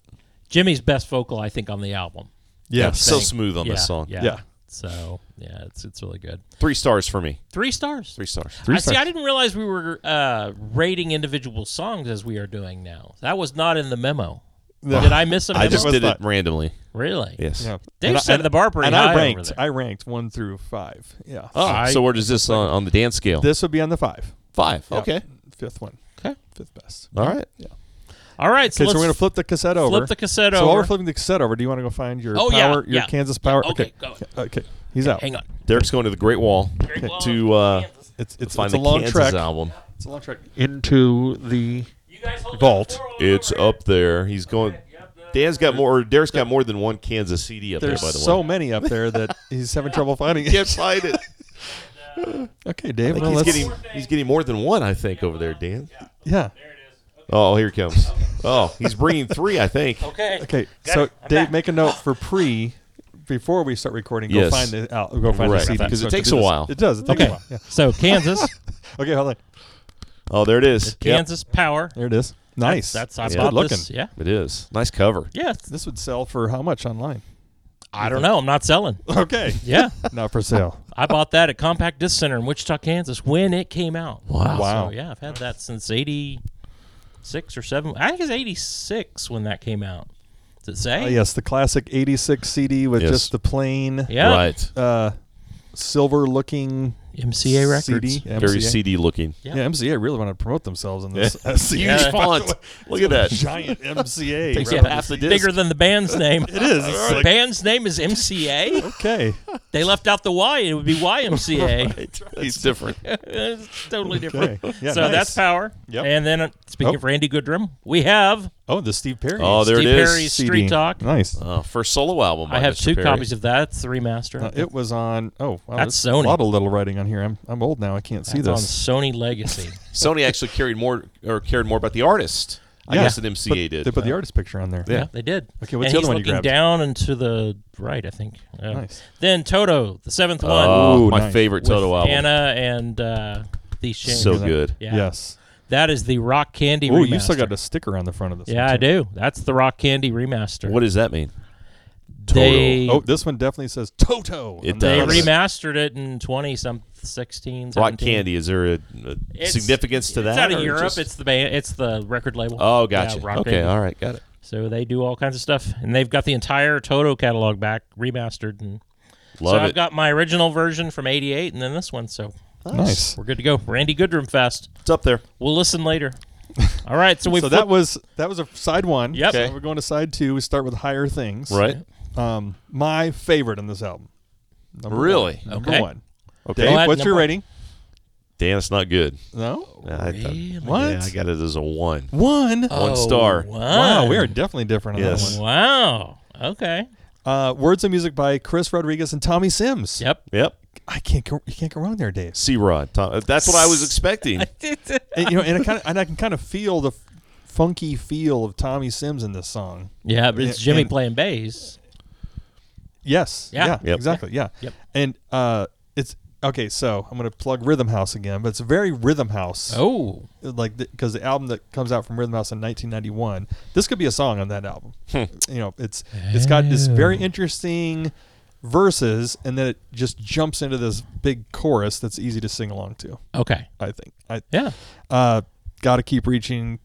[SPEAKER 1] Jimmy's best vocal, I think, on the album.
[SPEAKER 2] Yes.
[SPEAKER 3] So
[SPEAKER 1] Thank-
[SPEAKER 3] smooth on
[SPEAKER 1] yeah,
[SPEAKER 3] this song.
[SPEAKER 1] Yeah.
[SPEAKER 2] Yeah.
[SPEAKER 1] So yeah, it's it's really good.
[SPEAKER 3] Three stars for me.
[SPEAKER 1] Three stars.
[SPEAKER 3] Three stars.
[SPEAKER 1] I see. I didn't realize we were uh, rating individual songs as we are doing now. That was not in the memo.
[SPEAKER 2] No.
[SPEAKER 1] Did I miss a memo?
[SPEAKER 3] I just
[SPEAKER 2] was
[SPEAKER 3] did
[SPEAKER 2] thought-
[SPEAKER 3] it randomly.
[SPEAKER 1] really.
[SPEAKER 3] Yes.
[SPEAKER 2] yeah.
[SPEAKER 1] Dave
[SPEAKER 2] And I-
[SPEAKER 1] set
[SPEAKER 2] and-
[SPEAKER 1] the bar pretty
[SPEAKER 2] and
[SPEAKER 1] high
[SPEAKER 2] I ranked.
[SPEAKER 1] over there.
[SPEAKER 2] I ranked one through five. Yeah.
[SPEAKER 3] Oh,
[SPEAKER 1] I-
[SPEAKER 3] so where does this on, on the dance scale?
[SPEAKER 2] This would be on the five.
[SPEAKER 3] Five.
[SPEAKER 2] Yeah.
[SPEAKER 3] Okay.
[SPEAKER 2] Fifth one.
[SPEAKER 1] Okay.
[SPEAKER 2] Fifth best.
[SPEAKER 3] All right.
[SPEAKER 1] All right, so
[SPEAKER 2] Okay, so,
[SPEAKER 1] let's
[SPEAKER 2] we're gonna flip the cassette over.
[SPEAKER 1] flip the cassette
[SPEAKER 2] so
[SPEAKER 1] over.
[SPEAKER 2] while we're flipping the cassette over, do you want to go find your
[SPEAKER 1] Oh,
[SPEAKER 2] power,
[SPEAKER 1] yeah,
[SPEAKER 2] your
[SPEAKER 1] yeah.
[SPEAKER 2] Kansas power?
[SPEAKER 1] okay, go.
[SPEAKER 2] Okay. He's out.
[SPEAKER 1] Hang on.
[SPEAKER 3] Derek's going to the Great Wall
[SPEAKER 1] Great Wall,
[SPEAKER 3] to uh,
[SPEAKER 2] It's it's,
[SPEAKER 3] find
[SPEAKER 2] it's
[SPEAKER 3] the
[SPEAKER 2] a long
[SPEAKER 3] Kansas
[SPEAKER 2] track.
[SPEAKER 3] album.
[SPEAKER 2] It's a long track into the
[SPEAKER 1] You guys hold
[SPEAKER 2] Vault.
[SPEAKER 1] the floor while
[SPEAKER 3] It's
[SPEAKER 1] we're over
[SPEAKER 3] up there. He's going.
[SPEAKER 1] here. Yep, the-
[SPEAKER 3] Dan's got more. or Derek's got more than one Kansas CD up
[SPEAKER 2] There's
[SPEAKER 3] there. By the
[SPEAKER 2] so
[SPEAKER 3] way,
[SPEAKER 2] many up there that he's having trouble finding
[SPEAKER 3] can't
[SPEAKER 2] it.
[SPEAKER 3] find it.
[SPEAKER 2] Okay, Dave.
[SPEAKER 3] I think
[SPEAKER 2] well,
[SPEAKER 3] he's
[SPEAKER 2] let's-
[SPEAKER 3] getting he's getting more than one. I think over there, Dan.
[SPEAKER 2] yeah.
[SPEAKER 3] Oh, here he comes. Oh, he's bringing three. I think.
[SPEAKER 1] Okay.
[SPEAKER 2] Okay, so Dave, make a note for pre before we start recording. Go
[SPEAKER 3] Yes.
[SPEAKER 2] find the out. Go find
[SPEAKER 3] Right,
[SPEAKER 2] the CD
[SPEAKER 3] 'cause it
[SPEAKER 2] So to
[SPEAKER 3] takes
[SPEAKER 2] do
[SPEAKER 3] a
[SPEAKER 2] this-
[SPEAKER 3] while.
[SPEAKER 2] It does. It takes a
[SPEAKER 1] Okay.
[SPEAKER 2] while. Yeah.
[SPEAKER 1] So Kansas,
[SPEAKER 2] Okay, hold on.
[SPEAKER 3] Oh, there it is. Yep.
[SPEAKER 1] Kansas Power.
[SPEAKER 2] There it is. Nice.
[SPEAKER 1] That's, that's I
[SPEAKER 3] Yeah.
[SPEAKER 1] bought
[SPEAKER 2] Good
[SPEAKER 1] this. Yeah.
[SPEAKER 3] It is nice cover.
[SPEAKER 1] Yeah. it's-
[SPEAKER 2] This would sell for how much online?
[SPEAKER 1] I don't know. I'm not selling.
[SPEAKER 2] Okay,
[SPEAKER 1] Yeah.
[SPEAKER 2] not for sale.
[SPEAKER 1] I bought that at Compact Disc Center in Wichita, Kansas when it came out.
[SPEAKER 3] Wow.
[SPEAKER 2] Wow.
[SPEAKER 1] So, yeah, I've had that since 86 or 7. I think it's 86 when that came out. Does it say?
[SPEAKER 2] Uh, yes, the classic '86 CD with
[SPEAKER 3] Yes.
[SPEAKER 2] just the plain
[SPEAKER 1] Yeah.
[SPEAKER 3] Right.
[SPEAKER 2] uh, silver-looking
[SPEAKER 1] MCA Records.
[SPEAKER 2] CD. MCA.
[SPEAKER 3] Very CD looking.
[SPEAKER 1] Yeah.
[SPEAKER 2] Yeah, MCA really want to promote themselves in this. uh, CD.
[SPEAKER 1] Yeah.
[SPEAKER 3] Huge font. Look at that.
[SPEAKER 2] Giant MCA.
[SPEAKER 3] Takes
[SPEAKER 2] right?
[SPEAKER 3] up half the disc.
[SPEAKER 1] Bigger than the band's name. it
[SPEAKER 2] is. It's
[SPEAKER 1] The
[SPEAKER 2] like-
[SPEAKER 1] band's name is MCA.
[SPEAKER 2] Okay.
[SPEAKER 1] they left out the Y. It would be YMCA.
[SPEAKER 3] He's different.
[SPEAKER 1] it's totally
[SPEAKER 2] Okay.
[SPEAKER 1] different.
[SPEAKER 2] Yeah,
[SPEAKER 1] so
[SPEAKER 2] nice.
[SPEAKER 1] that's power.
[SPEAKER 2] Yep.
[SPEAKER 1] And then uh, speaking
[SPEAKER 2] Oh.
[SPEAKER 1] of Randy Goodrum, we have
[SPEAKER 2] Oh, the Steve Perry.
[SPEAKER 3] Oh, there
[SPEAKER 1] Steve
[SPEAKER 3] it is.
[SPEAKER 1] Perry's Street Talk.
[SPEAKER 2] Nice.
[SPEAKER 3] Uh, first solo album.
[SPEAKER 1] I
[SPEAKER 3] by
[SPEAKER 1] have
[SPEAKER 3] Mr.
[SPEAKER 1] two
[SPEAKER 3] Perry.
[SPEAKER 1] copies of that. It's the remaster.
[SPEAKER 2] Uh, it was on. Oh, wow,
[SPEAKER 1] That's
[SPEAKER 2] there's
[SPEAKER 1] Sony.
[SPEAKER 2] A lot of little writing on here. I'm I'm old now. I can't see
[SPEAKER 1] It's on
[SPEAKER 2] this.
[SPEAKER 1] Sony Legacy.
[SPEAKER 3] Sony actually carried more or cared more about the artist. I
[SPEAKER 2] Yeah.
[SPEAKER 3] guess than MCA
[SPEAKER 2] But
[SPEAKER 3] did.
[SPEAKER 2] They put the artist picture on there.
[SPEAKER 3] Yeah.
[SPEAKER 1] Yeah, they did.
[SPEAKER 2] Okay, what's
[SPEAKER 1] and he's
[SPEAKER 2] the other one you
[SPEAKER 1] looking
[SPEAKER 2] grabbed?
[SPEAKER 1] down and to the right, I think. Yeah.
[SPEAKER 2] Nice.
[SPEAKER 1] Then Toto, the seventh one,
[SPEAKER 3] Oh,
[SPEAKER 2] Ooh,
[SPEAKER 3] my
[SPEAKER 2] nice.
[SPEAKER 3] favorite
[SPEAKER 1] with
[SPEAKER 3] Toto album.
[SPEAKER 1] Anna and uh, the Shane.
[SPEAKER 3] so
[SPEAKER 2] that.
[SPEAKER 3] good.
[SPEAKER 1] yeah.
[SPEAKER 2] Yes.
[SPEAKER 1] that is the Rock Candy.
[SPEAKER 2] Oh,
[SPEAKER 1] remaster.
[SPEAKER 2] you still got a sticker on the front of this.
[SPEAKER 1] Yeah,
[SPEAKER 2] one,
[SPEAKER 1] I
[SPEAKER 2] too.
[SPEAKER 1] do. That's the Rock Candy remaster.
[SPEAKER 3] What does that mean?
[SPEAKER 1] they
[SPEAKER 2] Oh, this one definitely says Toto.
[SPEAKER 3] It
[SPEAKER 2] on the
[SPEAKER 1] they
[SPEAKER 3] does.
[SPEAKER 2] front of it.
[SPEAKER 1] remastered it in twenty some sixteen.
[SPEAKER 3] Rock
[SPEAKER 1] 17.
[SPEAKER 3] Candy. Is there a, a
[SPEAKER 1] It's-
[SPEAKER 3] significance to that?
[SPEAKER 1] It's out of
[SPEAKER 3] or
[SPEAKER 1] Europe.
[SPEAKER 3] just-
[SPEAKER 1] It's the band. It's the record label.
[SPEAKER 3] oh,
[SPEAKER 1] Yeah,
[SPEAKER 3] gotcha.
[SPEAKER 1] Rock
[SPEAKER 3] okay,
[SPEAKER 1] Candy.
[SPEAKER 3] all right, got it.
[SPEAKER 1] So they do all kinds of stuff, and they've got the entire Toto catalog back remastered. And
[SPEAKER 3] Love
[SPEAKER 1] so
[SPEAKER 3] it.
[SPEAKER 1] I've got my original version from '88, and then this one. So
[SPEAKER 2] Nice.
[SPEAKER 1] we're good to go. Randy Goodrum Fest.
[SPEAKER 3] it's up there.
[SPEAKER 1] We'll listen later. All right. So we.
[SPEAKER 2] So
[SPEAKER 1] have
[SPEAKER 2] that was that was a side one.
[SPEAKER 1] Yep.
[SPEAKER 2] So
[SPEAKER 1] Okay.
[SPEAKER 2] we're going to side two. We start with higher things.
[SPEAKER 3] Right.
[SPEAKER 2] Um, my favorite in this album. Number one.
[SPEAKER 3] Really?
[SPEAKER 2] Number
[SPEAKER 1] Okay.
[SPEAKER 2] one.
[SPEAKER 3] Okay.
[SPEAKER 2] Dave,
[SPEAKER 1] Go ahead,
[SPEAKER 2] what's your
[SPEAKER 1] number-
[SPEAKER 2] rating?
[SPEAKER 3] Dan, it's not good.
[SPEAKER 2] No.
[SPEAKER 3] I thought-
[SPEAKER 2] What?
[SPEAKER 3] Yeah, I got it as a one.
[SPEAKER 2] One.
[SPEAKER 1] one
[SPEAKER 3] star.
[SPEAKER 2] Wow, we are definitely different on
[SPEAKER 3] Yes.
[SPEAKER 2] that one.
[SPEAKER 1] Oh, Wow. Okay.
[SPEAKER 2] Uh, Words and music by Chris Rodriguez and Tommy Sims.
[SPEAKER 1] Yep.
[SPEAKER 3] Yep.
[SPEAKER 2] I can't go, you can't go wrong there, Dave.
[SPEAKER 3] C Rod. uh, That's what I was expecting.
[SPEAKER 2] and, you know, and I kind of and I can kind of feel the f- funky feel of Tommy Sims in this song.
[SPEAKER 1] yeah, but it's
[SPEAKER 2] Yeah,
[SPEAKER 1] Jimmy
[SPEAKER 2] and-
[SPEAKER 1] playing bass.
[SPEAKER 2] Yes.
[SPEAKER 1] Yeah.
[SPEAKER 2] Yeah.
[SPEAKER 3] Yep.
[SPEAKER 2] Exactly. Yeah.
[SPEAKER 1] Yep.
[SPEAKER 2] And uh, it's okay. So I'm gonna plug Rhythm House again, but it's very Rhythm House.
[SPEAKER 1] Oh.
[SPEAKER 2] Like because the album that comes out from Rhythm House in 1991, this could be a song on that album.
[SPEAKER 1] Hmm.
[SPEAKER 2] you know, it's it's got this
[SPEAKER 1] Oh.
[SPEAKER 2] very interesting verses, and then it just jumps into this big chorus that's easy to sing along to.
[SPEAKER 1] Okay.
[SPEAKER 2] I think. I
[SPEAKER 1] Yeah.
[SPEAKER 2] uh, got to keep reaching,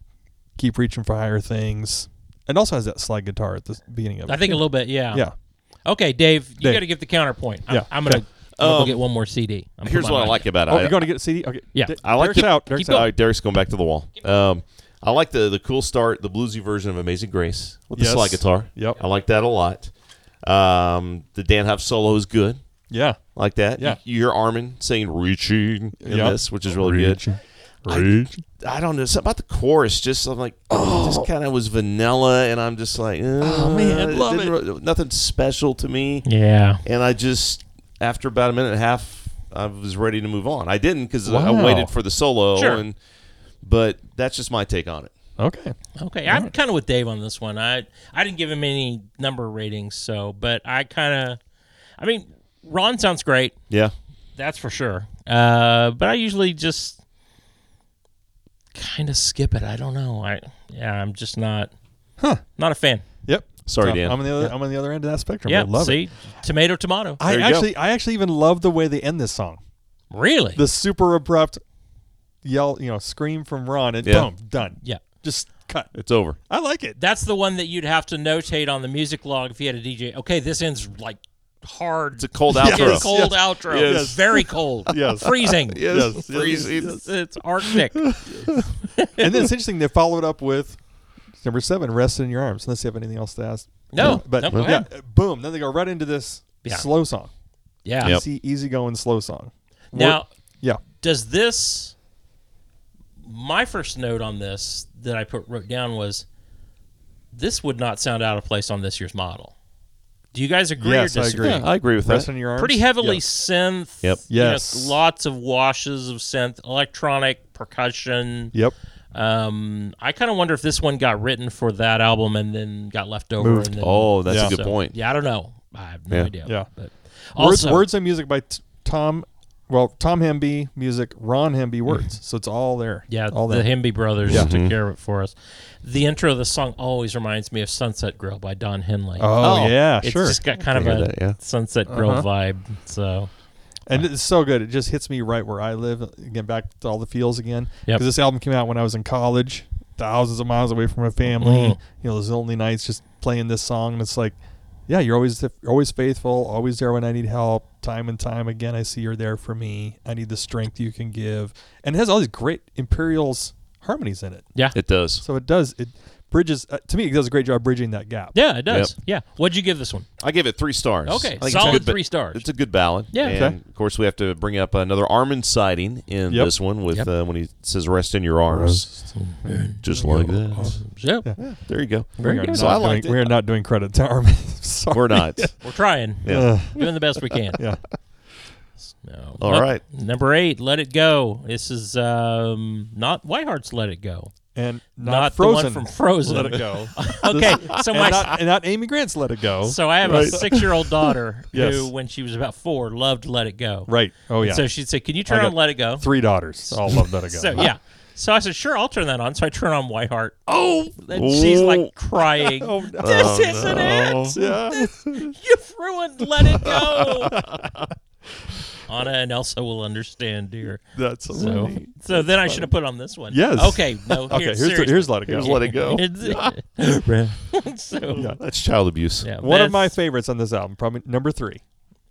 [SPEAKER 2] keep reaching for higher things. And also has that slide guitar at the beginning of it.
[SPEAKER 1] I think a little bit. Yeah.
[SPEAKER 2] yeah.
[SPEAKER 1] Okay, Dave. You
[SPEAKER 2] Dave.
[SPEAKER 1] got to give the counterpoint. I'm,
[SPEAKER 2] Yeah.
[SPEAKER 1] I'm gonna.
[SPEAKER 2] Okay.
[SPEAKER 1] I'm gonna go
[SPEAKER 3] Um,
[SPEAKER 1] get one more CD. I'm
[SPEAKER 3] Here's
[SPEAKER 1] putting
[SPEAKER 3] what
[SPEAKER 1] my
[SPEAKER 3] I
[SPEAKER 1] mic
[SPEAKER 3] like about it.
[SPEAKER 2] Oh,
[SPEAKER 3] I-
[SPEAKER 2] you're going to get a CD? Okay.
[SPEAKER 1] Yeah.
[SPEAKER 2] D-
[SPEAKER 3] I like
[SPEAKER 2] Derek's
[SPEAKER 3] the,
[SPEAKER 2] out. Derek's
[SPEAKER 1] keep
[SPEAKER 2] out.
[SPEAKER 1] going.
[SPEAKER 3] All right, Derek's going back to the wall. Um, I like the the cool start, the bluesy version of "Amazing Grace" with the
[SPEAKER 2] Yes.
[SPEAKER 3] slide guitar.
[SPEAKER 2] Yep.
[SPEAKER 3] I like that a lot. Um, the Dan Huff solo is good.
[SPEAKER 2] Yeah.
[SPEAKER 3] I like that.
[SPEAKER 2] Yeah.
[SPEAKER 3] You, are Armin saying "reaching" in
[SPEAKER 2] Yep.
[SPEAKER 3] this, which is really good. I-
[SPEAKER 2] Reach.
[SPEAKER 3] I don't know something about the chorus. Just I'm like, it just kind of was vanilla, and I'm just like, oh
[SPEAKER 2] man, love it.
[SPEAKER 3] nothing special to me.
[SPEAKER 1] Yeah.
[SPEAKER 3] and I just after about a minute and a half, I was ready to move on. I didn't because I
[SPEAKER 2] Wow.
[SPEAKER 3] waited for the solo,
[SPEAKER 1] Sure.
[SPEAKER 3] and But that's just my take on it.
[SPEAKER 2] Okay.
[SPEAKER 1] Okay, I'm kind of with Dave on this one. I I didn't give him any number ratings, so but I kind of, I mean, Ron sounds great,
[SPEAKER 3] Yeah.
[SPEAKER 1] that's for sure. Uh, but I usually just kind of skip it. I don't know. I yeah, I'm just not, huh? Not a fan.
[SPEAKER 2] Yep.
[SPEAKER 3] Sorry,
[SPEAKER 2] So
[SPEAKER 3] Dan.
[SPEAKER 2] I'm on the other. I'm on the other end of that spectrum.
[SPEAKER 1] Yeah,
[SPEAKER 2] I love
[SPEAKER 1] see,
[SPEAKER 2] it.
[SPEAKER 1] tomato, tomato.
[SPEAKER 2] I
[SPEAKER 3] There you go.
[SPEAKER 2] actually, I actually even love the way they end this song.
[SPEAKER 1] really?
[SPEAKER 2] The super abrupt yell, you know, scream from Ron, and
[SPEAKER 3] Yeah.
[SPEAKER 2] boom, done.
[SPEAKER 1] yeah,
[SPEAKER 2] Just cut.
[SPEAKER 3] It's over.
[SPEAKER 2] I like it.
[SPEAKER 1] that's the one that you'd have to notate on the music log if you had a DJ. Okay, this ends like hard.
[SPEAKER 3] It's a cold
[SPEAKER 1] It's a
[SPEAKER 3] outro.
[SPEAKER 1] cold outro.
[SPEAKER 3] Yes.
[SPEAKER 1] It's very cold.
[SPEAKER 2] Yes.
[SPEAKER 1] Freezing.
[SPEAKER 3] Yes. yes.
[SPEAKER 1] It's, it's Arctic.
[SPEAKER 2] and then it's interesting they follow it up with number seven, rest in your arms. Unless you have anything else to ask.
[SPEAKER 1] No,
[SPEAKER 2] but
[SPEAKER 1] no, go
[SPEAKER 2] yeah,
[SPEAKER 1] ahead.
[SPEAKER 2] uh, boom. Then they go right into this
[SPEAKER 1] Yeah.
[SPEAKER 2] slow song,
[SPEAKER 1] Yeah.
[SPEAKER 3] Yep.
[SPEAKER 2] easy, easy going slow song.
[SPEAKER 1] Now,
[SPEAKER 2] Yeah,
[SPEAKER 1] does this? My first note on this that I put wrote down was, this would not sound out of place on this year's model. Do you guys agree
[SPEAKER 2] Yes,
[SPEAKER 1] or
[SPEAKER 2] I
[SPEAKER 1] disagree? Uh,
[SPEAKER 2] agree.
[SPEAKER 3] I agree with
[SPEAKER 2] rest
[SPEAKER 3] that.
[SPEAKER 2] in your arms.
[SPEAKER 1] Pretty heavily
[SPEAKER 2] Yes.
[SPEAKER 1] synth.
[SPEAKER 3] Yep.
[SPEAKER 1] you know,
[SPEAKER 2] Yes.
[SPEAKER 1] lots of washes of synth, electronic percussion.
[SPEAKER 2] Yep.
[SPEAKER 1] Um, I kind of wonder if this one got written for that album and then got left over.
[SPEAKER 2] Moved.
[SPEAKER 1] And then,
[SPEAKER 3] Oh, that's
[SPEAKER 2] Yeah.
[SPEAKER 3] a good point.
[SPEAKER 1] Yeah, I don't know. I have no
[SPEAKER 3] Yeah.
[SPEAKER 1] idea.
[SPEAKER 2] Yeah.
[SPEAKER 1] But
[SPEAKER 2] Words,
[SPEAKER 1] also,
[SPEAKER 2] words and music by t- Tom. Well, Tom Hemby, music, Ron Hemby, words. So it's all there.
[SPEAKER 1] Mm-hmm. Yeah,
[SPEAKER 2] all
[SPEAKER 1] the
[SPEAKER 2] there.
[SPEAKER 1] Hemby brothers
[SPEAKER 2] Yeah.
[SPEAKER 3] Mm-hmm.
[SPEAKER 1] took care of it for us. The intro of the song always reminds me of Sunset Grill by Don Henley.
[SPEAKER 2] Oh, yeah,
[SPEAKER 1] it's
[SPEAKER 2] sure. Uh-huh.
[SPEAKER 1] just got kind of
[SPEAKER 3] hear
[SPEAKER 1] a
[SPEAKER 3] that, yeah.
[SPEAKER 1] Sunset Grill vibe. So
[SPEAKER 2] and it's so good. It just hits me right where I live. Again, back to all the feels again.
[SPEAKER 1] Yep.
[SPEAKER 2] Because this album came out when I was in college, thousands of miles away from my family.
[SPEAKER 1] Mhm.
[SPEAKER 2] You know, those lonely nights just playing this song. And it's like, yeah, you're always you're always faithful, always there when I need help. Time and time again, I see you're there for me. I need the strength you can give. And it has all these great Imperials harmonies in it.
[SPEAKER 1] yeah,
[SPEAKER 3] It does.
[SPEAKER 2] So it does it bridges uh, to me. It does a great job bridging that gap.
[SPEAKER 1] yeah, it does. Yeah, what'd you give this one?
[SPEAKER 3] I give it three stars.
[SPEAKER 1] Okay,
[SPEAKER 3] I think it's
[SPEAKER 1] solid
[SPEAKER 3] a good ba-
[SPEAKER 1] three stars.
[SPEAKER 3] It's a good ballad.
[SPEAKER 1] Yeah.
[SPEAKER 3] And
[SPEAKER 2] Okay.
[SPEAKER 3] of course, we have to bring up another Armin sighting in
[SPEAKER 2] Yep.
[SPEAKER 3] this one with
[SPEAKER 1] Yep.
[SPEAKER 3] uh, when he says "Rest in your arms," just like that.
[SPEAKER 1] So
[SPEAKER 3] There you go.
[SPEAKER 1] very
[SPEAKER 2] We are
[SPEAKER 1] good.
[SPEAKER 2] not
[SPEAKER 3] So I
[SPEAKER 2] doing-
[SPEAKER 3] liked it.
[SPEAKER 2] We are not doing credit to Armin. Sorry.
[SPEAKER 3] We're not.
[SPEAKER 1] We're trying,
[SPEAKER 3] Yeah.
[SPEAKER 1] doing the best we can.
[SPEAKER 2] Yeah.
[SPEAKER 1] No.
[SPEAKER 3] All
[SPEAKER 1] Well,
[SPEAKER 3] right.
[SPEAKER 1] number eight, Let It Go. This is um, not Whiteheart's Let It Go,
[SPEAKER 2] And not,
[SPEAKER 1] not,
[SPEAKER 2] frozen.
[SPEAKER 1] the one from Frozen.
[SPEAKER 2] Let it go.
[SPEAKER 1] okay, so my
[SPEAKER 2] and, not, and not Amy Grant's Let It Go.
[SPEAKER 1] So I have a
[SPEAKER 2] Right.
[SPEAKER 1] six-year-old daughter
[SPEAKER 2] Yes.
[SPEAKER 1] who, when she was about four, loved "Let It Go."
[SPEAKER 2] right. Oh yeah.
[SPEAKER 1] So she'd say, "Can you turn
[SPEAKER 2] I
[SPEAKER 1] on
[SPEAKER 2] got
[SPEAKER 1] Let It Go?"
[SPEAKER 2] Three daughters. All love Let It Go.
[SPEAKER 1] So yeah. So I said, "Sure, I'll turn that on." So I turn on Whiteheart. Oh, and she's like crying.
[SPEAKER 2] Oh,
[SPEAKER 1] This isn't it.
[SPEAKER 2] Yeah.
[SPEAKER 1] You've ruined "Let It Go." Anna and Elsa will understand, dear.
[SPEAKER 2] That's
[SPEAKER 1] So,
[SPEAKER 2] so.
[SPEAKER 1] so then I should have put on this one.
[SPEAKER 2] Yes.
[SPEAKER 1] Okay. No.
[SPEAKER 2] Okay.
[SPEAKER 1] Here,
[SPEAKER 2] Here's the, here's oh. Let It Go.
[SPEAKER 3] Here's Let It Go.
[SPEAKER 1] Go. so, yeah.
[SPEAKER 3] That's child abuse.
[SPEAKER 2] One of my
[SPEAKER 1] that's-
[SPEAKER 2] favorites on this album, probably number three.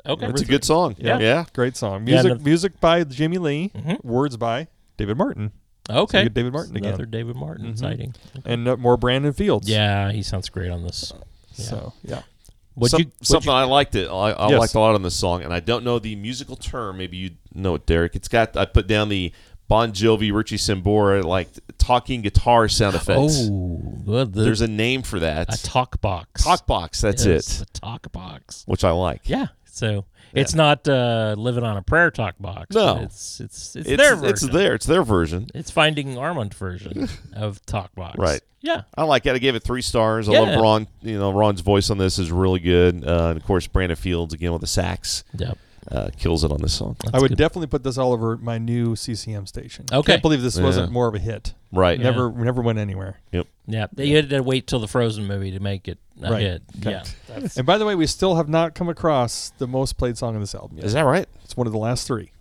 [SPEAKER 1] Okay.
[SPEAKER 3] It's a good song.
[SPEAKER 1] Yeah.
[SPEAKER 3] yeah.
[SPEAKER 2] Great song.
[SPEAKER 1] Yeah,
[SPEAKER 2] Music
[SPEAKER 1] no-
[SPEAKER 2] music by Jimmy Lee. Words by David Martin.
[SPEAKER 1] Okay.
[SPEAKER 2] get David Martin
[SPEAKER 1] Another
[SPEAKER 2] again.
[SPEAKER 1] David Martin sighting.
[SPEAKER 2] And uh, more Brandon Fields.
[SPEAKER 1] Yeah, he sounds great on this.
[SPEAKER 2] So yeah.
[SPEAKER 1] Would
[SPEAKER 3] Some-
[SPEAKER 1] you
[SPEAKER 3] something I liked it. I, I
[SPEAKER 2] Yes.
[SPEAKER 3] liked a lot on this song, and I don't know the musical term. Maybe you know it, Derek. It's got. I put down the Bon Jovi, Richie Sambora, like talking guitar sound effects.
[SPEAKER 1] Oh, well, the,
[SPEAKER 3] There's a name for that.
[SPEAKER 1] a talk box.
[SPEAKER 3] Talk box. That's
[SPEAKER 1] Yes,
[SPEAKER 3] it.
[SPEAKER 1] A talk box.
[SPEAKER 3] Which I like.
[SPEAKER 1] Yeah. So it's not uh, living on a prayer talk box. but
[SPEAKER 3] No.
[SPEAKER 1] it's it's it's,
[SPEAKER 3] It's
[SPEAKER 1] their version.
[SPEAKER 3] It's their. It's their version.
[SPEAKER 1] It's finding Armand version of talk box.
[SPEAKER 3] Right.
[SPEAKER 1] Yeah.
[SPEAKER 3] I like it. I gave it three stars. I
[SPEAKER 1] Yeah.
[SPEAKER 3] love Ron. You know, Ron's voice on this is really good. Uh, and of course, Brandon Fields again with the sax
[SPEAKER 1] Yep.
[SPEAKER 3] uh, kills it on this song.
[SPEAKER 2] I would
[SPEAKER 1] good.
[SPEAKER 2] definitely put this all over my new CCM station.
[SPEAKER 1] Okay.
[SPEAKER 2] Can't believe this wasn't
[SPEAKER 3] Yeah.
[SPEAKER 2] more of a hit.
[SPEAKER 3] Right.
[SPEAKER 2] Never never went anywhere.
[SPEAKER 1] Yeah. They had to wait till the Frozen movie to make it a
[SPEAKER 2] Right.
[SPEAKER 1] hit.
[SPEAKER 2] Okay.
[SPEAKER 1] Yeah. That's,
[SPEAKER 2] And by the way, we still have not come across the most played song on this album. Yet.
[SPEAKER 3] Is that right?
[SPEAKER 2] It's one of the last three.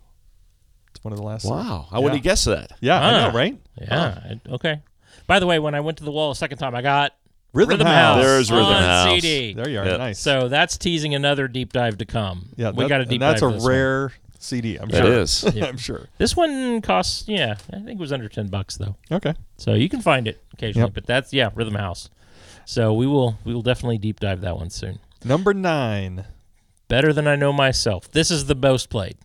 [SPEAKER 2] It's one of the last. Three.
[SPEAKER 3] Wow. I
[SPEAKER 2] Yeah.
[SPEAKER 3] wouldn't have guessed that.
[SPEAKER 2] Yeah, I
[SPEAKER 1] Ah.
[SPEAKER 2] know, right?
[SPEAKER 1] yeah. I- Okay. By the way, when I went to the wall a second time, I got
[SPEAKER 2] Rhythm,
[SPEAKER 1] Rhythm
[SPEAKER 2] House.
[SPEAKER 1] House.
[SPEAKER 3] There's Rhythm
[SPEAKER 1] on
[SPEAKER 3] House.
[SPEAKER 1] CD.
[SPEAKER 2] There you are.
[SPEAKER 3] Yeah.
[SPEAKER 2] Nice.
[SPEAKER 1] So that's teasing another deep dive to come.
[SPEAKER 2] yeah,
[SPEAKER 1] we
[SPEAKER 2] that-
[SPEAKER 1] got a
[SPEAKER 2] and
[SPEAKER 1] deep
[SPEAKER 2] That's
[SPEAKER 1] dive.
[SPEAKER 2] a
[SPEAKER 1] for this One.
[SPEAKER 2] rare CD. I'm
[SPEAKER 3] That
[SPEAKER 2] sure.
[SPEAKER 3] is.
[SPEAKER 1] Yeah.
[SPEAKER 2] I'm sure.
[SPEAKER 1] This one costs, yeah, I think it was under ten bucks though,
[SPEAKER 2] Okay.
[SPEAKER 1] so you can find it occasionally.
[SPEAKER 2] Yep.
[SPEAKER 1] But that's yeah, Rhythm House. So we will we will definitely deep dive that one soon.
[SPEAKER 2] Number nine,
[SPEAKER 1] Better than I know myself. This is the most played.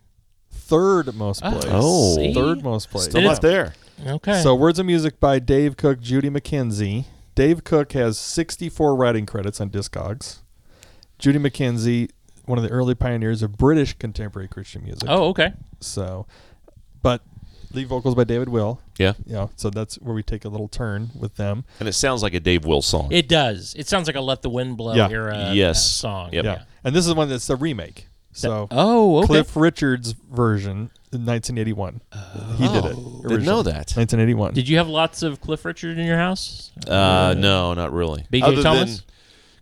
[SPEAKER 2] third most
[SPEAKER 1] Ah,
[SPEAKER 2] played.
[SPEAKER 3] Oh.
[SPEAKER 1] see?
[SPEAKER 2] third most played.
[SPEAKER 3] Still
[SPEAKER 1] It
[SPEAKER 3] not
[SPEAKER 1] is-
[SPEAKER 3] there.
[SPEAKER 1] Okay.
[SPEAKER 2] So words and music by Dave Cook, Judy McKenzie. Dave Cook has 64 writing credits on Discogs. Judy McKenzie, one of the early pioneers of British contemporary Christian music.
[SPEAKER 1] oh okay.
[SPEAKER 2] So, but lead vocals by David Will.
[SPEAKER 3] Yeah.
[SPEAKER 2] Yeah, so that's where we take a little turn with them.
[SPEAKER 3] And it sounds like a Dave Will song.
[SPEAKER 1] It does. It sounds like a "Let the Wind Blow"
[SPEAKER 2] Yeah.
[SPEAKER 1] era uh,
[SPEAKER 3] Yes.
[SPEAKER 1] song.
[SPEAKER 3] Yep.
[SPEAKER 2] Yeah. And this is one that's a remake. So
[SPEAKER 1] Oh, okay.
[SPEAKER 2] Cliff Richard's version in 1981. he did it.
[SPEAKER 3] Oh.
[SPEAKER 1] Oh,
[SPEAKER 3] Didn't know
[SPEAKER 2] originally.
[SPEAKER 3] that.
[SPEAKER 2] 1981.
[SPEAKER 1] Did you have lots of Cliff Richard in your house?
[SPEAKER 3] Uh, no, not really.
[SPEAKER 1] B.J.
[SPEAKER 3] Other
[SPEAKER 1] Thomas?
[SPEAKER 3] than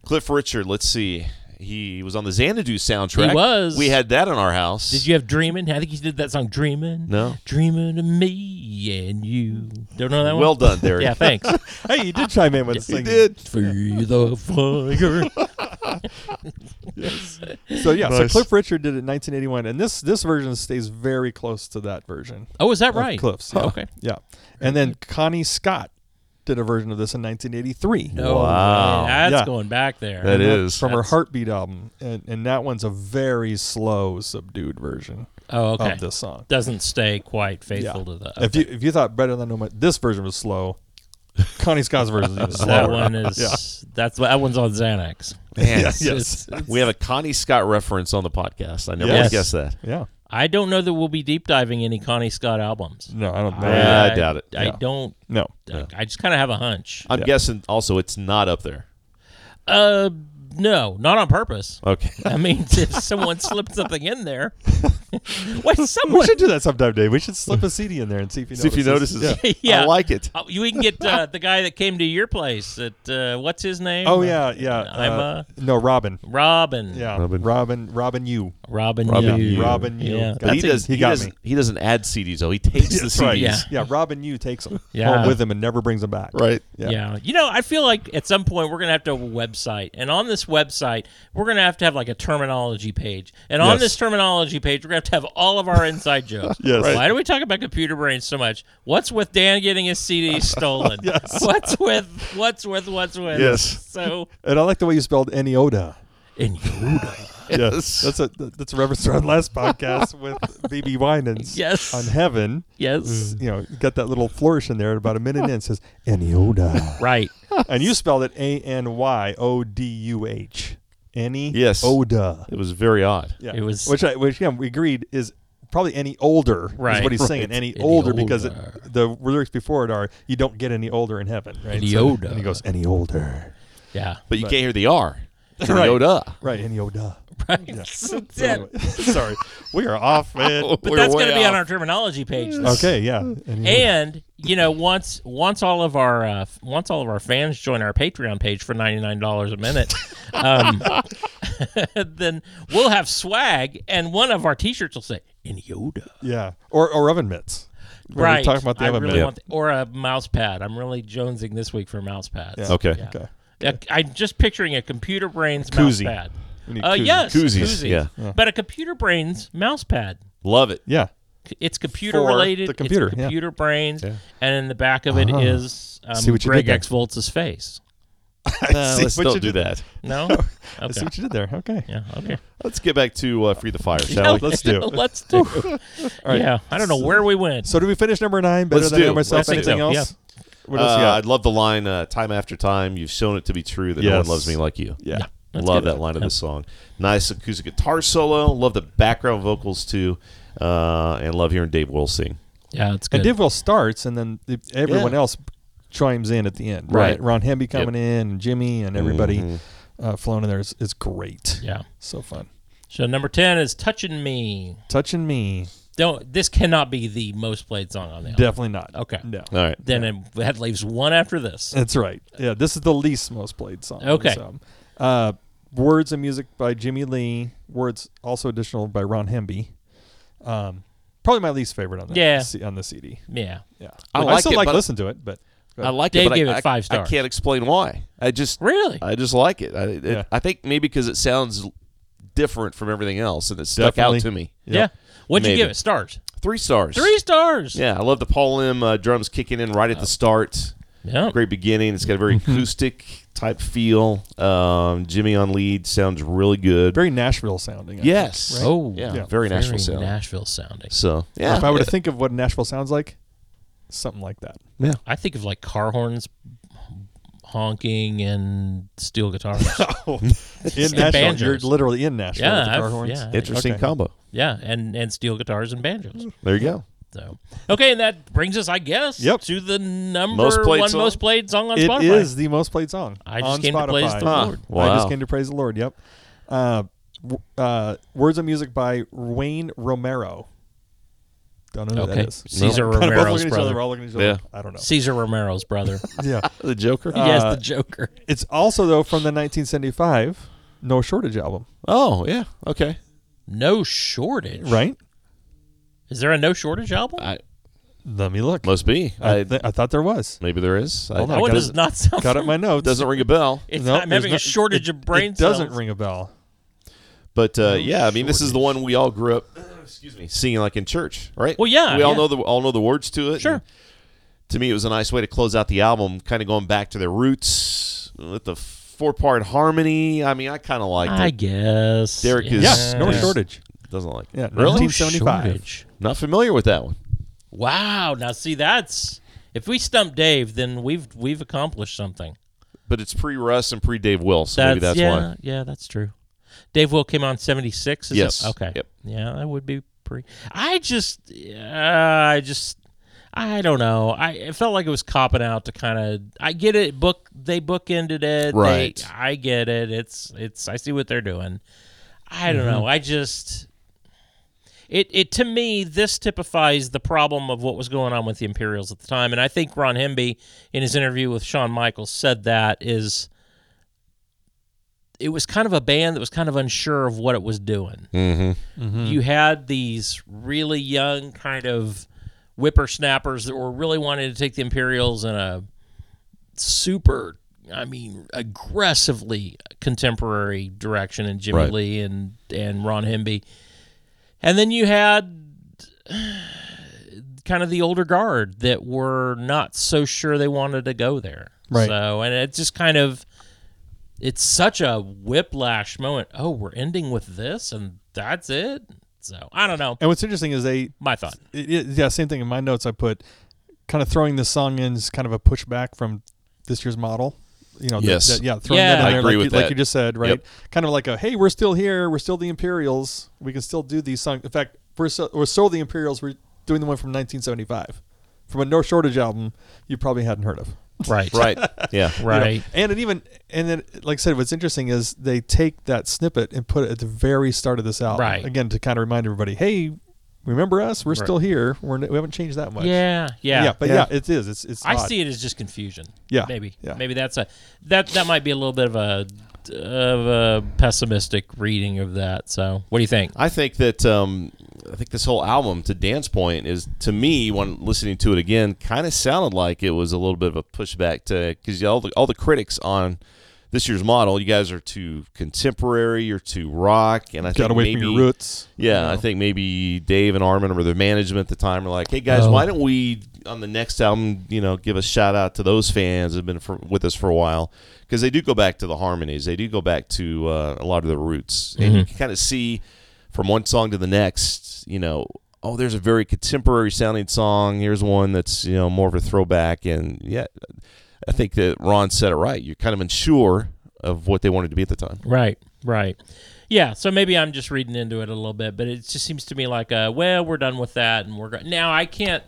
[SPEAKER 3] Cliff Richard, let's see. He was on the Xanadu soundtrack.
[SPEAKER 1] He was.
[SPEAKER 3] We had that in our house.
[SPEAKER 1] Did you have "Dreamin"? I think he did that song "Dreamin."
[SPEAKER 3] No.
[SPEAKER 1] "Dreamin" of me and you. Don't know that one.
[SPEAKER 3] Well done, Derek.
[SPEAKER 1] Yeah, thanks.
[SPEAKER 2] hey, you did chime in with
[SPEAKER 3] He
[SPEAKER 2] singing.
[SPEAKER 3] did.
[SPEAKER 1] For the fire.
[SPEAKER 2] So yeah,
[SPEAKER 3] Nice.
[SPEAKER 2] so Cliff Richard did it in 1981, and this this version stays very close to that version.
[SPEAKER 1] Oh, is that
[SPEAKER 2] of
[SPEAKER 1] right?
[SPEAKER 2] Cliff's. yeah.
[SPEAKER 1] Okay.
[SPEAKER 2] Yeah. And then Connie Scott did a version of this in 1983.
[SPEAKER 1] No
[SPEAKER 3] Wow.
[SPEAKER 1] way. That's
[SPEAKER 2] Yeah.
[SPEAKER 1] going back there.
[SPEAKER 3] That
[SPEAKER 2] And that's
[SPEAKER 3] is.
[SPEAKER 2] from her
[SPEAKER 1] That's-
[SPEAKER 2] Heartbeat album, and, and that one's a very slow, subdued version
[SPEAKER 1] Oh, okay.
[SPEAKER 2] of this song.
[SPEAKER 1] Doesn't stay quite faithful
[SPEAKER 2] Yeah.
[SPEAKER 1] to the.
[SPEAKER 2] If you if you thought better than no, Man- this version was slow. Connie Scott's version is even slower.
[SPEAKER 1] that one is. That's that one's on Xanax.
[SPEAKER 3] Man,
[SPEAKER 2] Yes.
[SPEAKER 3] we have a Connie Scott reference on the podcast. I never would
[SPEAKER 1] Yes.
[SPEAKER 3] have guessed that.
[SPEAKER 2] Yeah.
[SPEAKER 1] I don't know that we'll be deep diving any Connie Scott albums.
[SPEAKER 2] No, I don't know.
[SPEAKER 3] Yeah, I doubt it.
[SPEAKER 1] Oh, I
[SPEAKER 2] Yeah.
[SPEAKER 1] don't.
[SPEAKER 2] No.
[SPEAKER 1] I- I just kind of have a hunch.
[SPEAKER 3] I'm
[SPEAKER 2] Yeah.
[SPEAKER 3] guessing also it's not up there.
[SPEAKER 1] Uh, no, not on purpose.
[SPEAKER 3] Okay.
[SPEAKER 1] I mean, if someone slipped something in there, wait,
[SPEAKER 2] We
[SPEAKER 1] someone.
[SPEAKER 2] should do that sometime, Dave. We should slip a CD in there and see if he
[SPEAKER 3] See if he notices.
[SPEAKER 2] Yeah.
[SPEAKER 1] Yeah.
[SPEAKER 3] I like it.
[SPEAKER 1] Oh, you- we can get uh, the guy that came to your place. At uh, what's his name?
[SPEAKER 2] Oh yeah, yeah.
[SPEAKER 1] I'm uh,
[SPEAKER 2] no Robin.
[SPEAKER 1] Robin.
[SPEAKER 2] Yeah,
[SPEAKER 3] Robin.
[SPEAKER 2] Robin. Robin. Robin. You.
[SPEAKER 1] Robin.
[SPEAKER 3] Robin
[SPEAKER 1] you.
[SPEAKER 3] Yu.
[SPEAKER 2] Robin Yu.
[SPEAKER 1] Yeah.
[SPEAKER 2] Got
[SPEAKER 3] But he
[SPEAKER 2] it.
[SPEAKER 3] does.
[SPEAKER 2] He
[SPEAKER 3] He,
[SPEAKER 2] got
[SPEAKER 3] doesn't.
[SPEAKER 2] me.
[SPEAKER 3] He doesn't add CDs though. He takes the CDs.
[SPEAKER 2] Right.
[SPEAKER 1] Yeah.
[SPEAKER 2] Yeah. Robin. You takes them
[SPEAKER 1] Yeah.
[SPEAKER 2] home with him and never brings them back.
[SPEAKER 3] Right.
[SPEAKER 1] Yeah. You know, I feel like at some point we're going to have to have a website. And on this website, we're going to have to have like a terminology page. And on
[SPEAKER 2] Yes.
[SPEAKER 1] this terminology page, we're going to have to have all of our inside jokes.
[SPEAKER 2] Yes. Right.
[SPEAKER 1] Why do we talk about computer brains so much? What's with Dan getting his CD stolen?
[SPEAKER 2] Yes.
[SPEAKER 1] What's with, what's with, what's with?
[SPEAKER 3] Yes.
[SPEAKER 1] So,
[SPEAKER 2] And I like the way you spelled Enioda.
[SPEAKER 1] in Yoda.
[SPEAKER 2] Yes. that's a that's a reference to our last podcast with BB Winans.
[SPEAKER 1] Yes.
[SPEAKER 2] On heaven,
[SPEAKER 1] Yes.
[SPEAKER 2] you know, got that little flourish in there. At about a minute in, it says Enioda,
[SPEAKER 1] Right.
[SPEAKER 2] and you spelled it A N Y O D U H. Any
[SPEAKER 3] Yes.
[SPEAKER 2] Oda.
[SPEAKER 3] It was very odd.
[SPEAKER 2] Yeah.
[SPEAKER 1] It was-
[SPEAKER 2] which I, which yeah, we agreed is probably any older
[SPEAKER 1] Right.
[SPEAKER 2] is what he's
[SPEAKER 1] Right.
[SPEAKER 2] singing. Any,
[SPEAKER 1] Any
[SPEAKER 2] older, because it,
[SPEAKER 1] older.
[SPEAKER 2] the lyrics before it are you don't get any older in heaven. Right?
[SPEAKER 1] Any
[SPEAKER 2] So-
[SPEAKER 1] older.
[SPEAKER 2] And he goes any older.
[SPEAKER 1] Yeah.
[SPEAKER 3] But you can't hear the R. It's
[SPEAKER 2] Right.
[SPEAKER 3] Yoda.
[SPEAKER 2] Right. Any older.
[SPEAKER 1] Right.
[SPEAKER 2] Anyway, sorry, we are off, man.
[SPEAKER 1] But that's going to be on our terminology page. this
[SPEAKER 2] okay, yeah. Any older.
[SPEAKER 1] and you know once once all of our uh, f- once all of our fans join our patreon page for $99 a minute um, then we'll have swag and one of our t-shirts will say in yoda
[SPEAKER 2] yeah, or or oven mitts. Remember
[SPEAKER 1] right
[SPEAKER 2] We talking about the
[SPEAKER 1] I
[SPEAKER 2] oven
[SPEAKER 1] really
[SPEAKER 2] mitts.
[SPEAKER 1] want the- or a mouse pad i'm really jonesing this week for mouse pads
[SPEAKER 2] Yeah.
[SPEAKER 3] Okay.
[SPEAKER 1] Yeah.
[SPEAKER 2] Okay.
[SPEAKER 1] Yeah, i'm just picturing a computer brains
[SPEAKER 2] Koozie.
[SPEAKER 1] mouse pad
[SPEAKER 2] We need
[SPEAKER 1] uh,
[SPEAKER 2] koozie.
[SPEAKER 1] yes
[SPEAKER 3] Koozies, yeah.
[SPEAKER 1] but a computer brains mouse pad
[SPEAKER 3] Love it.
[SPEAKER 2] Yeah.
[SPEAKER 1] C- it's computer
[SPEAKER 2] For
[SPEAKER 1] related.
[SPEAKER 2] the computer,
[SPEAKER 1] it's
[SPEAKER 2] yeah.
[SPEAKER 1] computer brains, and in the back of it is
[SPEAKER 2] Ah.
[SPEAKER 1] um,
[SPEAKER 2] See what you
[SPEAKER 1] Greg
[SPEAKER 2] did there.
[SPEAKER 1] Exvoltz's face.
[SPEAKER 3] Uh,
[SPEAKER 2] see
[SPEAKER 3] let's
[SPEAKER 2] what
[SPEAKER 3] don't
[SPEAKER 2] you
[SPEAKER 3] do
[SPEAKER 2] did.
[SPEAKER 3] that.
[SPEAKER 1] No,
[SPEAKER 2] I see
[SPEAKER 1] okay,
[SPEAKER 2] what you did there. Okay.
[SPEAKER 1] yeah, okay.
[SPEAKER 3] Let's get back to uh, Free the Fire, shall we?
[SPEAKER 2] Let's do it.
[SPEAKER 1] Let's do. it. Yeah, I don't know where we went.
[SPEAKER 2] So, do we finish number nine? Better
[SPEAKER 3] Let's
[SPEAKER 2] than I know
[SPEAKER 3] do.
[SPEAKER 2] myself.
[SPEAKER 1] Let's do.
[SPEAKER 2] Anything
[SPEAKER 1] Yeah.
[SPEAKER 2] else? What else
[SPEAKER 3] Uh,
[SPEAKER 2] you got?
[SPEAKER 3] I'd love the line uh, "Time after time, you've shown it to be true that no one
[SPEAKER 2] Yes.
[SPEAKER 3] loves me like you."
[SPEAKER 2] yeah.
[SPEAKER 1] That's
[SPEAKER 3] love
[SPEAKER 1] good.
[SPEAKER 3] that line of the song. Nice acoustic guitar solo. Love the background vocals too, uh, and love hearing Dave Will sing.
[SPEAKER 1] Yeah, it's
[SPEAKER 2] And
[SPEAKER 1] good.
[SPEAKER 2] Divwell starts, and then the, everyone
[SPEAKER 3] Yeah.
[SPEAKER 2] else chimes in at the end.
[SPEAKER 3] Right. Mm-hmm.
[SPEAKER 2] Right. Ron Hemby coming in, and Jimmy, and everybody uh, flowing in there is, is great.
[SPEAKER 1] yeah.
[SPEAKER 2] So fun.
[SPEAKER 1] So number ten is "Touching Me."
[SPEAKER 2] Touching me.
[SPEAKER 1] Don't. This cannot be the most played song on the album.
[SPEAKER 2] Definitely not.
[SPEAKER 1] Okay.
[SPEAKER 2] No.
[SPEAKER 3] All right,
[SPEAKER 1] Then it, that leaves one after this.
[SPEAKER 2] That's right. Yeah, this is the least most played song. on
[SPEAKER 1] Okay.
[SPEAKER 2] this album. Uh, words and music by Jimmy Lee. Words also additional by Ron Hemby. Um, probably my least favorite on the
[SPEAKER 1] Yeah.
[SPEAKER 2] C- on the CD.
[SPEAKER 1] Yeah.
[SPEAKER 2] Yeah,
[SPEAKER 3] I
[SPEAKER 2] But
[SPEAKER 3] like
[SPEAKER 2] still
[SPEAKER 3] it,
[SPEAKER 2] like
[SPEAKER 3] but-
[SPEAKER 2] listen to it, but
[SPEAKER 3] I like
[SPEAKER 1] Dave
[SPEAKER 3] it. But
[SPEAKER 1] gave
[SPEAKER 3] I,
[SPEAKER 1] it
[SPEAKER 3] I-
[SPEAKER 1] five
[SPEAKER 3] I
[SPEAKER 1] stars.
[SPEAKER 3] can't explain why. I just
[SPEAKER 1] Really?
[SPEAKER 3] I just like it. I, it,
[SPEAKER 2] Yeah.
[SPEAKER 3] I think maybe because it sounds different from everything else, and it stuck
[SPEAKER 2] Definitely.
[SPEAKER 3] out to me.
[SPEAKER 1] yeah. What'd you
[SPEAKER 3] Maybe.
[SPEAKER 1] give it? Stars.
[SPEAKER 3] Three stars.
[SPEAKER 1] Three stars. Oh.
[SPEAKER 3] Yeah, I love the Paul M uh, drums kicking in right at the start.
[SPEAKER 1] Yeah.
[SPEAKER 3] Great beginning. It's got a very
[SPEAKER 1] Mm-hmm.
[SPEAKER 3] acoustic type feel. Um, Jimmy on lead sounds really good.
[SPEAKER 2] very Nashville sounding. I
[SPEAKER 3] yes.
[SPEAKER 2] think, right?
[SPEAKER 1] Oh.
[SPEAKER 3] Yeah,
[SPEAKER 2] Yeah.
[SPEAKER 3] Very Nashville sound.
[SPEAKER 1] Nashville sounding.
[SPEAKER 3] so
[SPEAKER 2] Or
[SPEAKER 3] yeah,
[SPEAKER 2] if I were to think of what Nashville sounds like, something like that.
[SPEAKER 3] yeah.
[SPEAKER 1] I think of like car horns honking and steel guitars.
[SPEAKER 2] Oh, In
[SPEAKER 1] And
[SPEAKER 2] Nashville,
[SPEAKER 1] banjos.
[SPEAKER 2] you're literally in Nashville.
[SPEAKER 1] Yeah,
[SPEAKER 2] with the car
[SPEAKER 1] I've-
[SPEAKER 2] horns.
[SPEAKER 1] yeah.
[SPEAKER 3] Interesting
[SPEAKER 2] Okay.
[SPEAKER 3] combo.
[SPEAKER 1] yeah, and and steel guitars and banjos.
[SPEAKER 3] There you go.
[SPEAKER 1] So okay, and that brings us, I guess,
[SPEAKER 2] Yep.
[SPEAKER 1] to the number
[SPEAKER 3] Most played
[SPEAKER 1] one
[SPEAKER 3] song?
[SPEAKER 1] most played song on
[SPEAKER 2] It is
[SPEAKER 1] Spotify.
[SPEAKER 2] the most played song.
[SPEAKER 1] I just
[SPEAKER 2] on
[SPEAKER 1] came
[SPEAKER 2] Spotify.
[SPEAKER 1] to praise the
[SPEAKER 3] Huh.
[SPEAKER 1] Lord.
[SPEAKER 2] I just
[SPEAKER 3] Wow.
[SPEAKER 2] came to praise the Lord. Yep. Uh, w- uh, words of music by Wayne Romero. Don't know who
[SPEAKER 1] Okay.
[SPEAKER 2] that is.
[SPEAKER 1] Caesar
[SPEAKER 2] Kind of both
[SPEAKER 1] Romero's
[SPEAKER 2] looking at each other.
[SPEAKER 1] brother.
[SPEAKER 2] We're all looking at each other.
[SPEAKER 3] Yeah.
[SPEAKER 2] I don't know.
[SPEAKER 1] Caesar Romero's brother.
[SPEAKER 2] Yeah.
[SPEAKER 3] The Joker.
[SPEAKER 1] yes,
[SPEAKER 2] Uh,
[SPEAKER 1] the Joker.
[SPEAKER 2] It's also though from the 1975 No Shortage album,
[SPEAKER 3] oh yeah. Okay.
[SPEAKER 1] No shortage.
[SPEAKER 2] right?
[SPEAKER 1] Is there a no shortage album?
[SPEAKER 3] I
[SPEAKER 2] Let me look.
[SPEAKER 3] must be.
[SPEAKER 2] I,
[SPEAKER 3] I, Oh,
[SPEAKER 2] th- I thought there was.
[SPEAKER 3] maybe there is. I,
[SPEAKER 2] Hold
[SPEAKER 1] that
[SPEAKER 2] on,
[SPEAKER 1] one
[SPEAKER 2] got
[SPEAKER 1] does
[SPEAKER 2] it.
[SPEAKER 1] not sound.
[SPEAKER 2] Got it. in My notes.
[SPEAKER 3] doesn't ring a bell.
[SPEAKER 1] It's
[SPEAKER 2] No,
[SPEAKER 1] not I'm
[SPEAKER 2] there's
[SPEAKER 1] having
[SPEAKER 2] no-
[SPEAKER 1] a shortage
[SPEAKER 2] it-
[SPEAKER 1] of brain
[SPEAKER 2] It doesn't
[SPEAKER 1] cells.
[SPEAKER 2] ring a bell.
[SPEAKER 3] But uh, yeah, I mean, this is the one we all grew up. Excuse me, singing like in church, right?
[SPEAKER 1] Well, yeah,
[SPEAKER 3] we all
[SPEAKER 1] yeah.
[SPEAKER 3] know the all know the words to it.
[SPEAKER 1] Sure.
[SPEAKER 3] And To me, it was a nice way to close out the album, kind of going back to their roots with the four part harmony. I mean, I kind of liked
[SPEAKER 1] I
[SPEAKER 3] it.
[SPEAKER 1] guess.
[SPEAKER 3] Derek is-
[SPEAKER 2] Yes,
[SPEAKER 3] Yeah.
[SPEAKER 2] No
[SPEAKER 3] Yeah.
[SPEAKER 2] Shortage.
[SPEAKER 3] Doesn't like.
[SPEAKER 2] Yeah,
[SPEAKER 3] it. really.
[SPEAKER 1] No
[SPEAKER 2] 1975.
[SPEAKER 1] shortage.
[SPEAKER 3] Not familiar with that one.
[SPEAKER 1] Wow. Now see that's if we stump Dave, then we've we've accomplished something.
[SPEAKER 3] But it's pre Russ and pre Dave Will, so maybe that's
[SPEAKER 1] yeah,
[SPEAKER 3] why.
[SPEAKER 1] yeah, that's true. Dave Will came on seventy six.
[SPEAKER 3] Yes.
[SPEAKER 1] okay.
[SPEAKER 3] Yep.
[SPEAKER 1] Yeah, that would be pretty. I just, uh, I just, I don't know. I it felt like it was copping out to kind of. I get it. Book they bookended it.
[SPEAKER 3] Right.
[SPEAKER 1] They, I get it. It's it's. I see what they're doing. I
[SPEAKER 3] Mm-hmm.
[SPEAKER 1] don't know. I just. It, it to me this typifies the problem of what was going on with the Imperials at the time, and I think Ron Hemby in his interview with Shawn Michaels said that is it was kind of a band that was kind of unsure of what it was doing.
[SPEAKER 3] Mm-hmm.
[SPEAKER 1] You had these really young kind of whippersnappers that were really wanting to take the Imperials in a super, I mean, aggressively contemporary direction, and Jimmy
[SPEAKER 3] Right.
[SPEAKER 1] Lee and and Ron Hemby, and then you had kind of the older guard that were not so sure they wanted to go there.
[SPEAKER 2] Right.
[SPEAKER 1] So, and it's just kind of it's such a whiplash moment. Oh, we're ending with this and that's it. So I don't know.
[SPEAKER 2] And what's interesting is they
[SPEAKER 1] My thought.
[SPEAKER 2] it, it- yeah, same thing in my notes. I put kind of throwing this song in is kind of a pushback from this year's model. You know, that-
[SPEAKER 3] Yes.
[SPEAKER 2] that- yeah, throwing
[SPEAKER 1] Yeah.
[SPEAKER 2] that in
[SPEAKER 1] I
[SPEAKER 2] there,
[SPEAKER 3] agree
[SPEAKER 2] like,
[SPEAKER 3] with
[SPEAKER 2] you, like
[SPEAKER 3] that.
[SPEAKER 2] you just said, right? Kind of like a hey, we're still here, we're still the Imperials, we can still do these songs. In fact, we're so, we're still the Imperials. We're doing the one from 1975, from a No Shortage album you probably hadn't heard of.
[SPEAKER 1] Right.
[SPEAKER 3] Right. yeah.
[SPEAKER 2] you know?
[SPEAKER 1] Right.
[SPEAKER 2] and it even and then like I said, what's interesting is they take that snippet and put it at the very start of this album,
[SPEAKER 1] Right.
[SPEAKER 2] Again, to kind of remind everybody, hey. Remember us? We're
[SPEAKER 1] Right.
[SPEAKER 2] still here. We're, n- we haven't changed that much.
[SPEAKER 1] Yeah, yeah.
[SPEAKER 2] Yeah, but
[SPEAKER 3] Yeah.
[SPEAKER 2] yeah, it is. It's it's.
[SPEAKER 1] I
[SPEAKER 2] odd.
[SPEAKER 1] see it as just confusion.
[SPEAKER 2] Yeah,
[SPEAKER 1] Maybe.
[SPEAKER 2] yeah.
[SPEAKER 1] Maybe that's a that that might be a little bit of a of a pessimistic reading of that. So, what do you think?
[SPEAKER 3] I think that um, I think this whole album, to Dan's point, is to me when listening to it again, kind of sounded like it was a little bit of a pushback to because all the all the critics on this year's model, you guys are too contemporary, you're too rock, and I
[SPEAKER 2] Got
[SPEAKER 3] think
[SPEAKER 2] away
[SPEAKER 3] maybe
[SPEAKER 2] from your roots.
[SPEAKER 3] yeah, I think maybe Dave and Armin or their management at the time were like, "Hey guys,
[SPEAKER 1] Oh.
[SPEAKER 3] why don't we on the next album, you know, give a shout out to those fans who've been for, with us for a while because they do go back to the harmonies, they do go back to uh, a lot of the roots, and
[SPEAKER 1] Mm-hmm.
[SPEAKER 3] you can kind of see from one song to the next, you know." Oh, there's a very contemporary sounding song. Here's one that's you know more of a throwback, and yeah, I think that Ron said it right. You're kind of unsure of what they wanted to be at the time.
[SPEAKER 1] Right, right. Yeah, so maybe I'm just reading into it a little bit, but it just seems to me like, uh, well, we're done with that, and we're go- now I can't.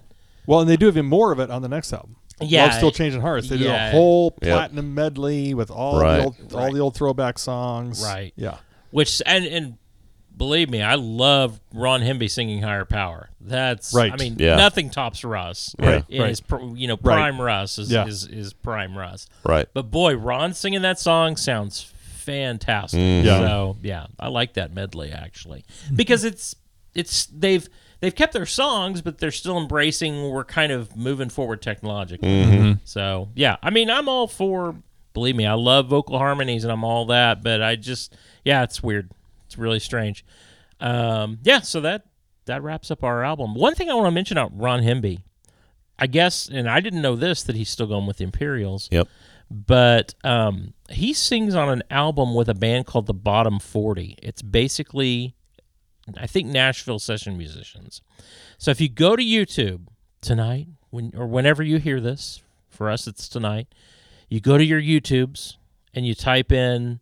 [SPEAKER 2] Well, and they do even more of it on the next album.
[SPEAKER 1] Yeah,
[SPEAKER 2] Love still changing hearts. They
[SPEAKER 1] yeah.
[SPEAKER 2] did a whole
[SPEAKER 3] Yep.
[SPEAKER 2] platinum medley with all
[SPEAKER 3] Right.
[SPEAKER 2] the old, all the old throwback songs.
[SPEAKER 1] Right.
[SPEAKER 2] Yeah.
[SPEAKER 1] Which and and believe me, I love Ron Hemby singing "Higher Power." That's
[SPEAKER 2] Right.
[SPEAKER 1] I mean,
[SPEAKER 3] Yeah.
[SPEAKER 1] nothing tops Russ.
[SPEAKER 3] Right,
[SPEAKER 1] It
[SPEAKER 2] right.
[SPEAKER 1] is pr- you know
[SPEAKER 2] Right.
[SPEAKER 1] prime Russ is,
[SPEAKER 2] Yeah.
[SPEAKER 1] is is prime Russ.
[SPEAKER 3] Right.
[SPEAKER 1] But boy, Ron singing that song sounds fantastic.
[SPEAKER 2] Yeah.
[SPEAKER 1] So yeah, I like that medley actually because it's it's they've they've kept their songs, but they're still embracing. We're kind of moving forward technologically. So yeah, I mean, I'm all for. Believe me, I love vocal harmonies and I'm all that, but I just yeah, it's weird. It's really strange. Um, yeah, so that that wraps up our album. One thing I want to mention about Ron Hemby, I guess, and I didn't know this that he's still going with the Imperials
[SPEAKER 3] Yep.
[SPEAKER 1] but um, he sings on an album with a band called the Bottom 40. It's basically, I think, Nashville session musicians. So if you go to YouTube tonight, when or whenever you hear this, for us it's tonight, you go to your YouTubes and you type in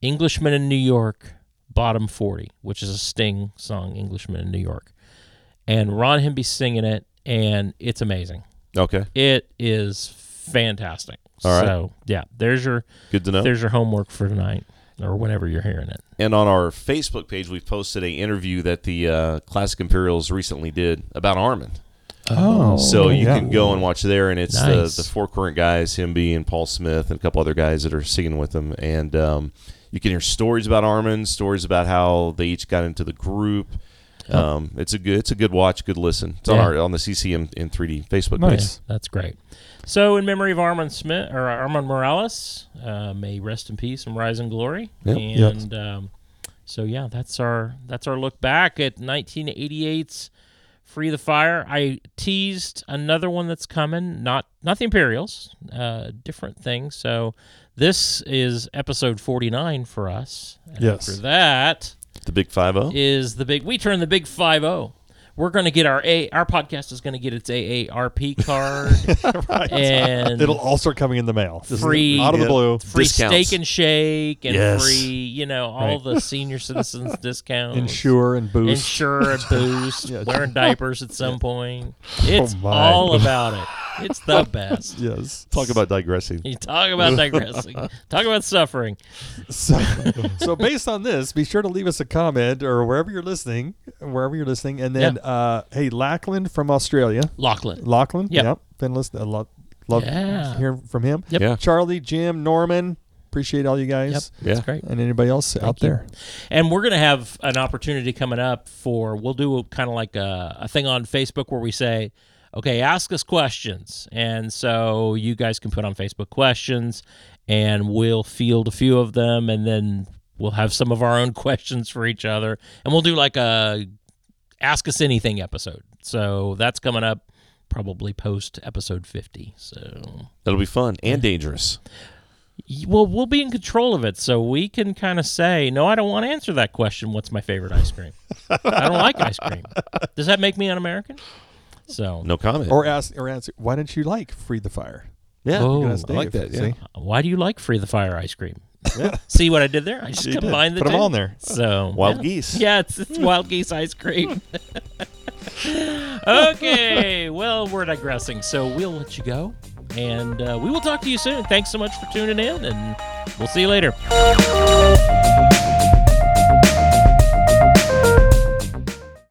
[SPEAKER 1] Englishman in New York, Bottom 40, which is a Sting song, Englishman in New York. and Ron Hemby singing it, and it's amazing.
[SPEAKER 3] Okay.
[SPEAKER 1] It is fantastic.
[SPEAKER 3] All right.
[SPEAKER 1] So yeah, there's your
[SPEAKER 3] Good to know.
[SPEAKER 1] there's your homework for tonight or whenever you're hearing it.
[SPEAKER 3] and on our Facebook page, we've posted a interview that the uh, Classic Imperials recently did about Armin.
[SPEAKER 2] Oh,
[SPEAKER 3] So you
[SPEAKER 2] yeah.
[SPEAKER 3] can go and watch there, and it's
[SPEAKER 1] Nice.
[SPEAKER 3] the, the four current guys, Himby and Paul Smith, and a couple other guys that are singing with them. And um, you can hear stories about Armin, stories about how they each got into the group. Um, it's a good, it's a good watch, good listen. It's on
[SPEAKER 1] Yeah.
[SPEAKER 3] our on the CCM in 3D Facebook
[SPEAKER 2] Nice.
[SPEAKER 3] page.
[SPEAKER 1] Oh, Yeah, that's great. So, in memory of Armand Smith or Armand Morales, uh, may rest in peace and rise in glory.
[SPEAKER 3] Yep.
[SPEAKER 1] And um, so, yeah, that's our that's our look back at 1988's Free the Fire. I teased another one that's coming, not not the Imperials, uh, different thing. So, this is episode 49 for us. And
[SPEAKER 2] Yes.
[SPEAKER 1] After that
[SPEAKER 3] The Big Five Zero.
[SPEAKER 1] is the big we turn the big 50 we're going to get our a our podcast is going to get its aarp card and
[SPEAKER 2] It'll all start coming in the mail. Just
[SPEAKER 1] Free- uh,
[SPEAKER 2] out of the
[SPEAKER 3] Yeah.
[SPEAKER 2] blue.
[SPEAKER 1] free
[SPEAKER 3] discounts.
[SPEAKER 1] steak and shake and
[SPEAKER 3] Yes.
[SPEAKER 1] free you know all
[SPEAKER 2] Right.
[SPEAKER 1] the senior citizens discounts
[SPEAKER 2] Insure and boost.
[SPEAKER 1] insure and boost
[SPEAKER 2] Yeah. Oh
[SPEAKER 1] wearing diapers at some point it's
[SPEAKER 2] my.
[SPEAKER 1] all about it it's the best
[SPEAKER 2] Yes.
[SPEAKER 3] Talk about digressing.
[SPEAKER 1] you talk about digressing talk about suffering
[SPEAKER 2] So, so based on this, be sure to leave us a comment or wherever you're listening, wherever you're listening, and then uh, hey, Lackland from Australia,
[SPEAKER 1] lachlan
[SPEAKER 2] Lachlan,
[SPEAKER 1] Yep.
[SPEAKER 2] been listening a lot, love
[SPEAKER 1] Yeah.
[SPEAKER 2] hearing from him.
[SPEAKER 1] Yep.
[SPEAKER 3] Yeah.
[SPEAKER 2] Charlie, Jim, Norman, appreciate all you
[SPEAKER 1] yep
[SPEAKER 2] guys,
[SPEAKER 3] Yeah.
[SPEAKER 1] that's great
[SPEAKER 2] and anybody else out
[SPEAKER 1] you.
[SPEAKER 2] there.
[SPEAKER 1] And we're going to have an opportunity coming up for we'll do kind of like a, a thing on Facebook where we say, okay, ask us questions, and so you guys can put on Facebook questions, and we'll field a few of them, and then we'll have some of our own questions for each other, and we'll do like a ask us anything episode. So that's coming up probably post episode 50 so
[SPEAKER 3] That'll be fun and dangerous.
[SPEAKER 1] Y- well we'll be in control of it so we can kind of say no i don't want to answer that question what's my favorite ice cream i don't like ice cream does that make me un-american so
[SPEAKER 3] No comment.
[SPEAKER 2] Or ask or answer, why didn't you like Free the Fire?
[SPEAKER 3] yeah,
[SPEAKER 1] Oh,
[SPEAKER 2] You can ask
[SPEAKER 3] I like
[SPEAKER 2] Dave,
[SPEAKER 3] that,
[SPEAKER 2] see?
[SPEAKER 1] why do you like free the fire ice cream see what i did there i just
[SPEAKER 2] You did.
[SPEAKER 1] combined the
[SPEAKER 2] Put
[SPEAKER 1] two
[SPEAKER 2] them on there.
[SPEAKER 1] so
[SPEAKER 3] wild
[SPEAKER 1] yeah.
[SPEAKER 3] geese.
[SPEAKER 1] yeah it's, it's wild geese ice cream okay well we're digressing so we'll let you go and uh, we will talk to you soon thanks so much for tuning in and we'll see you later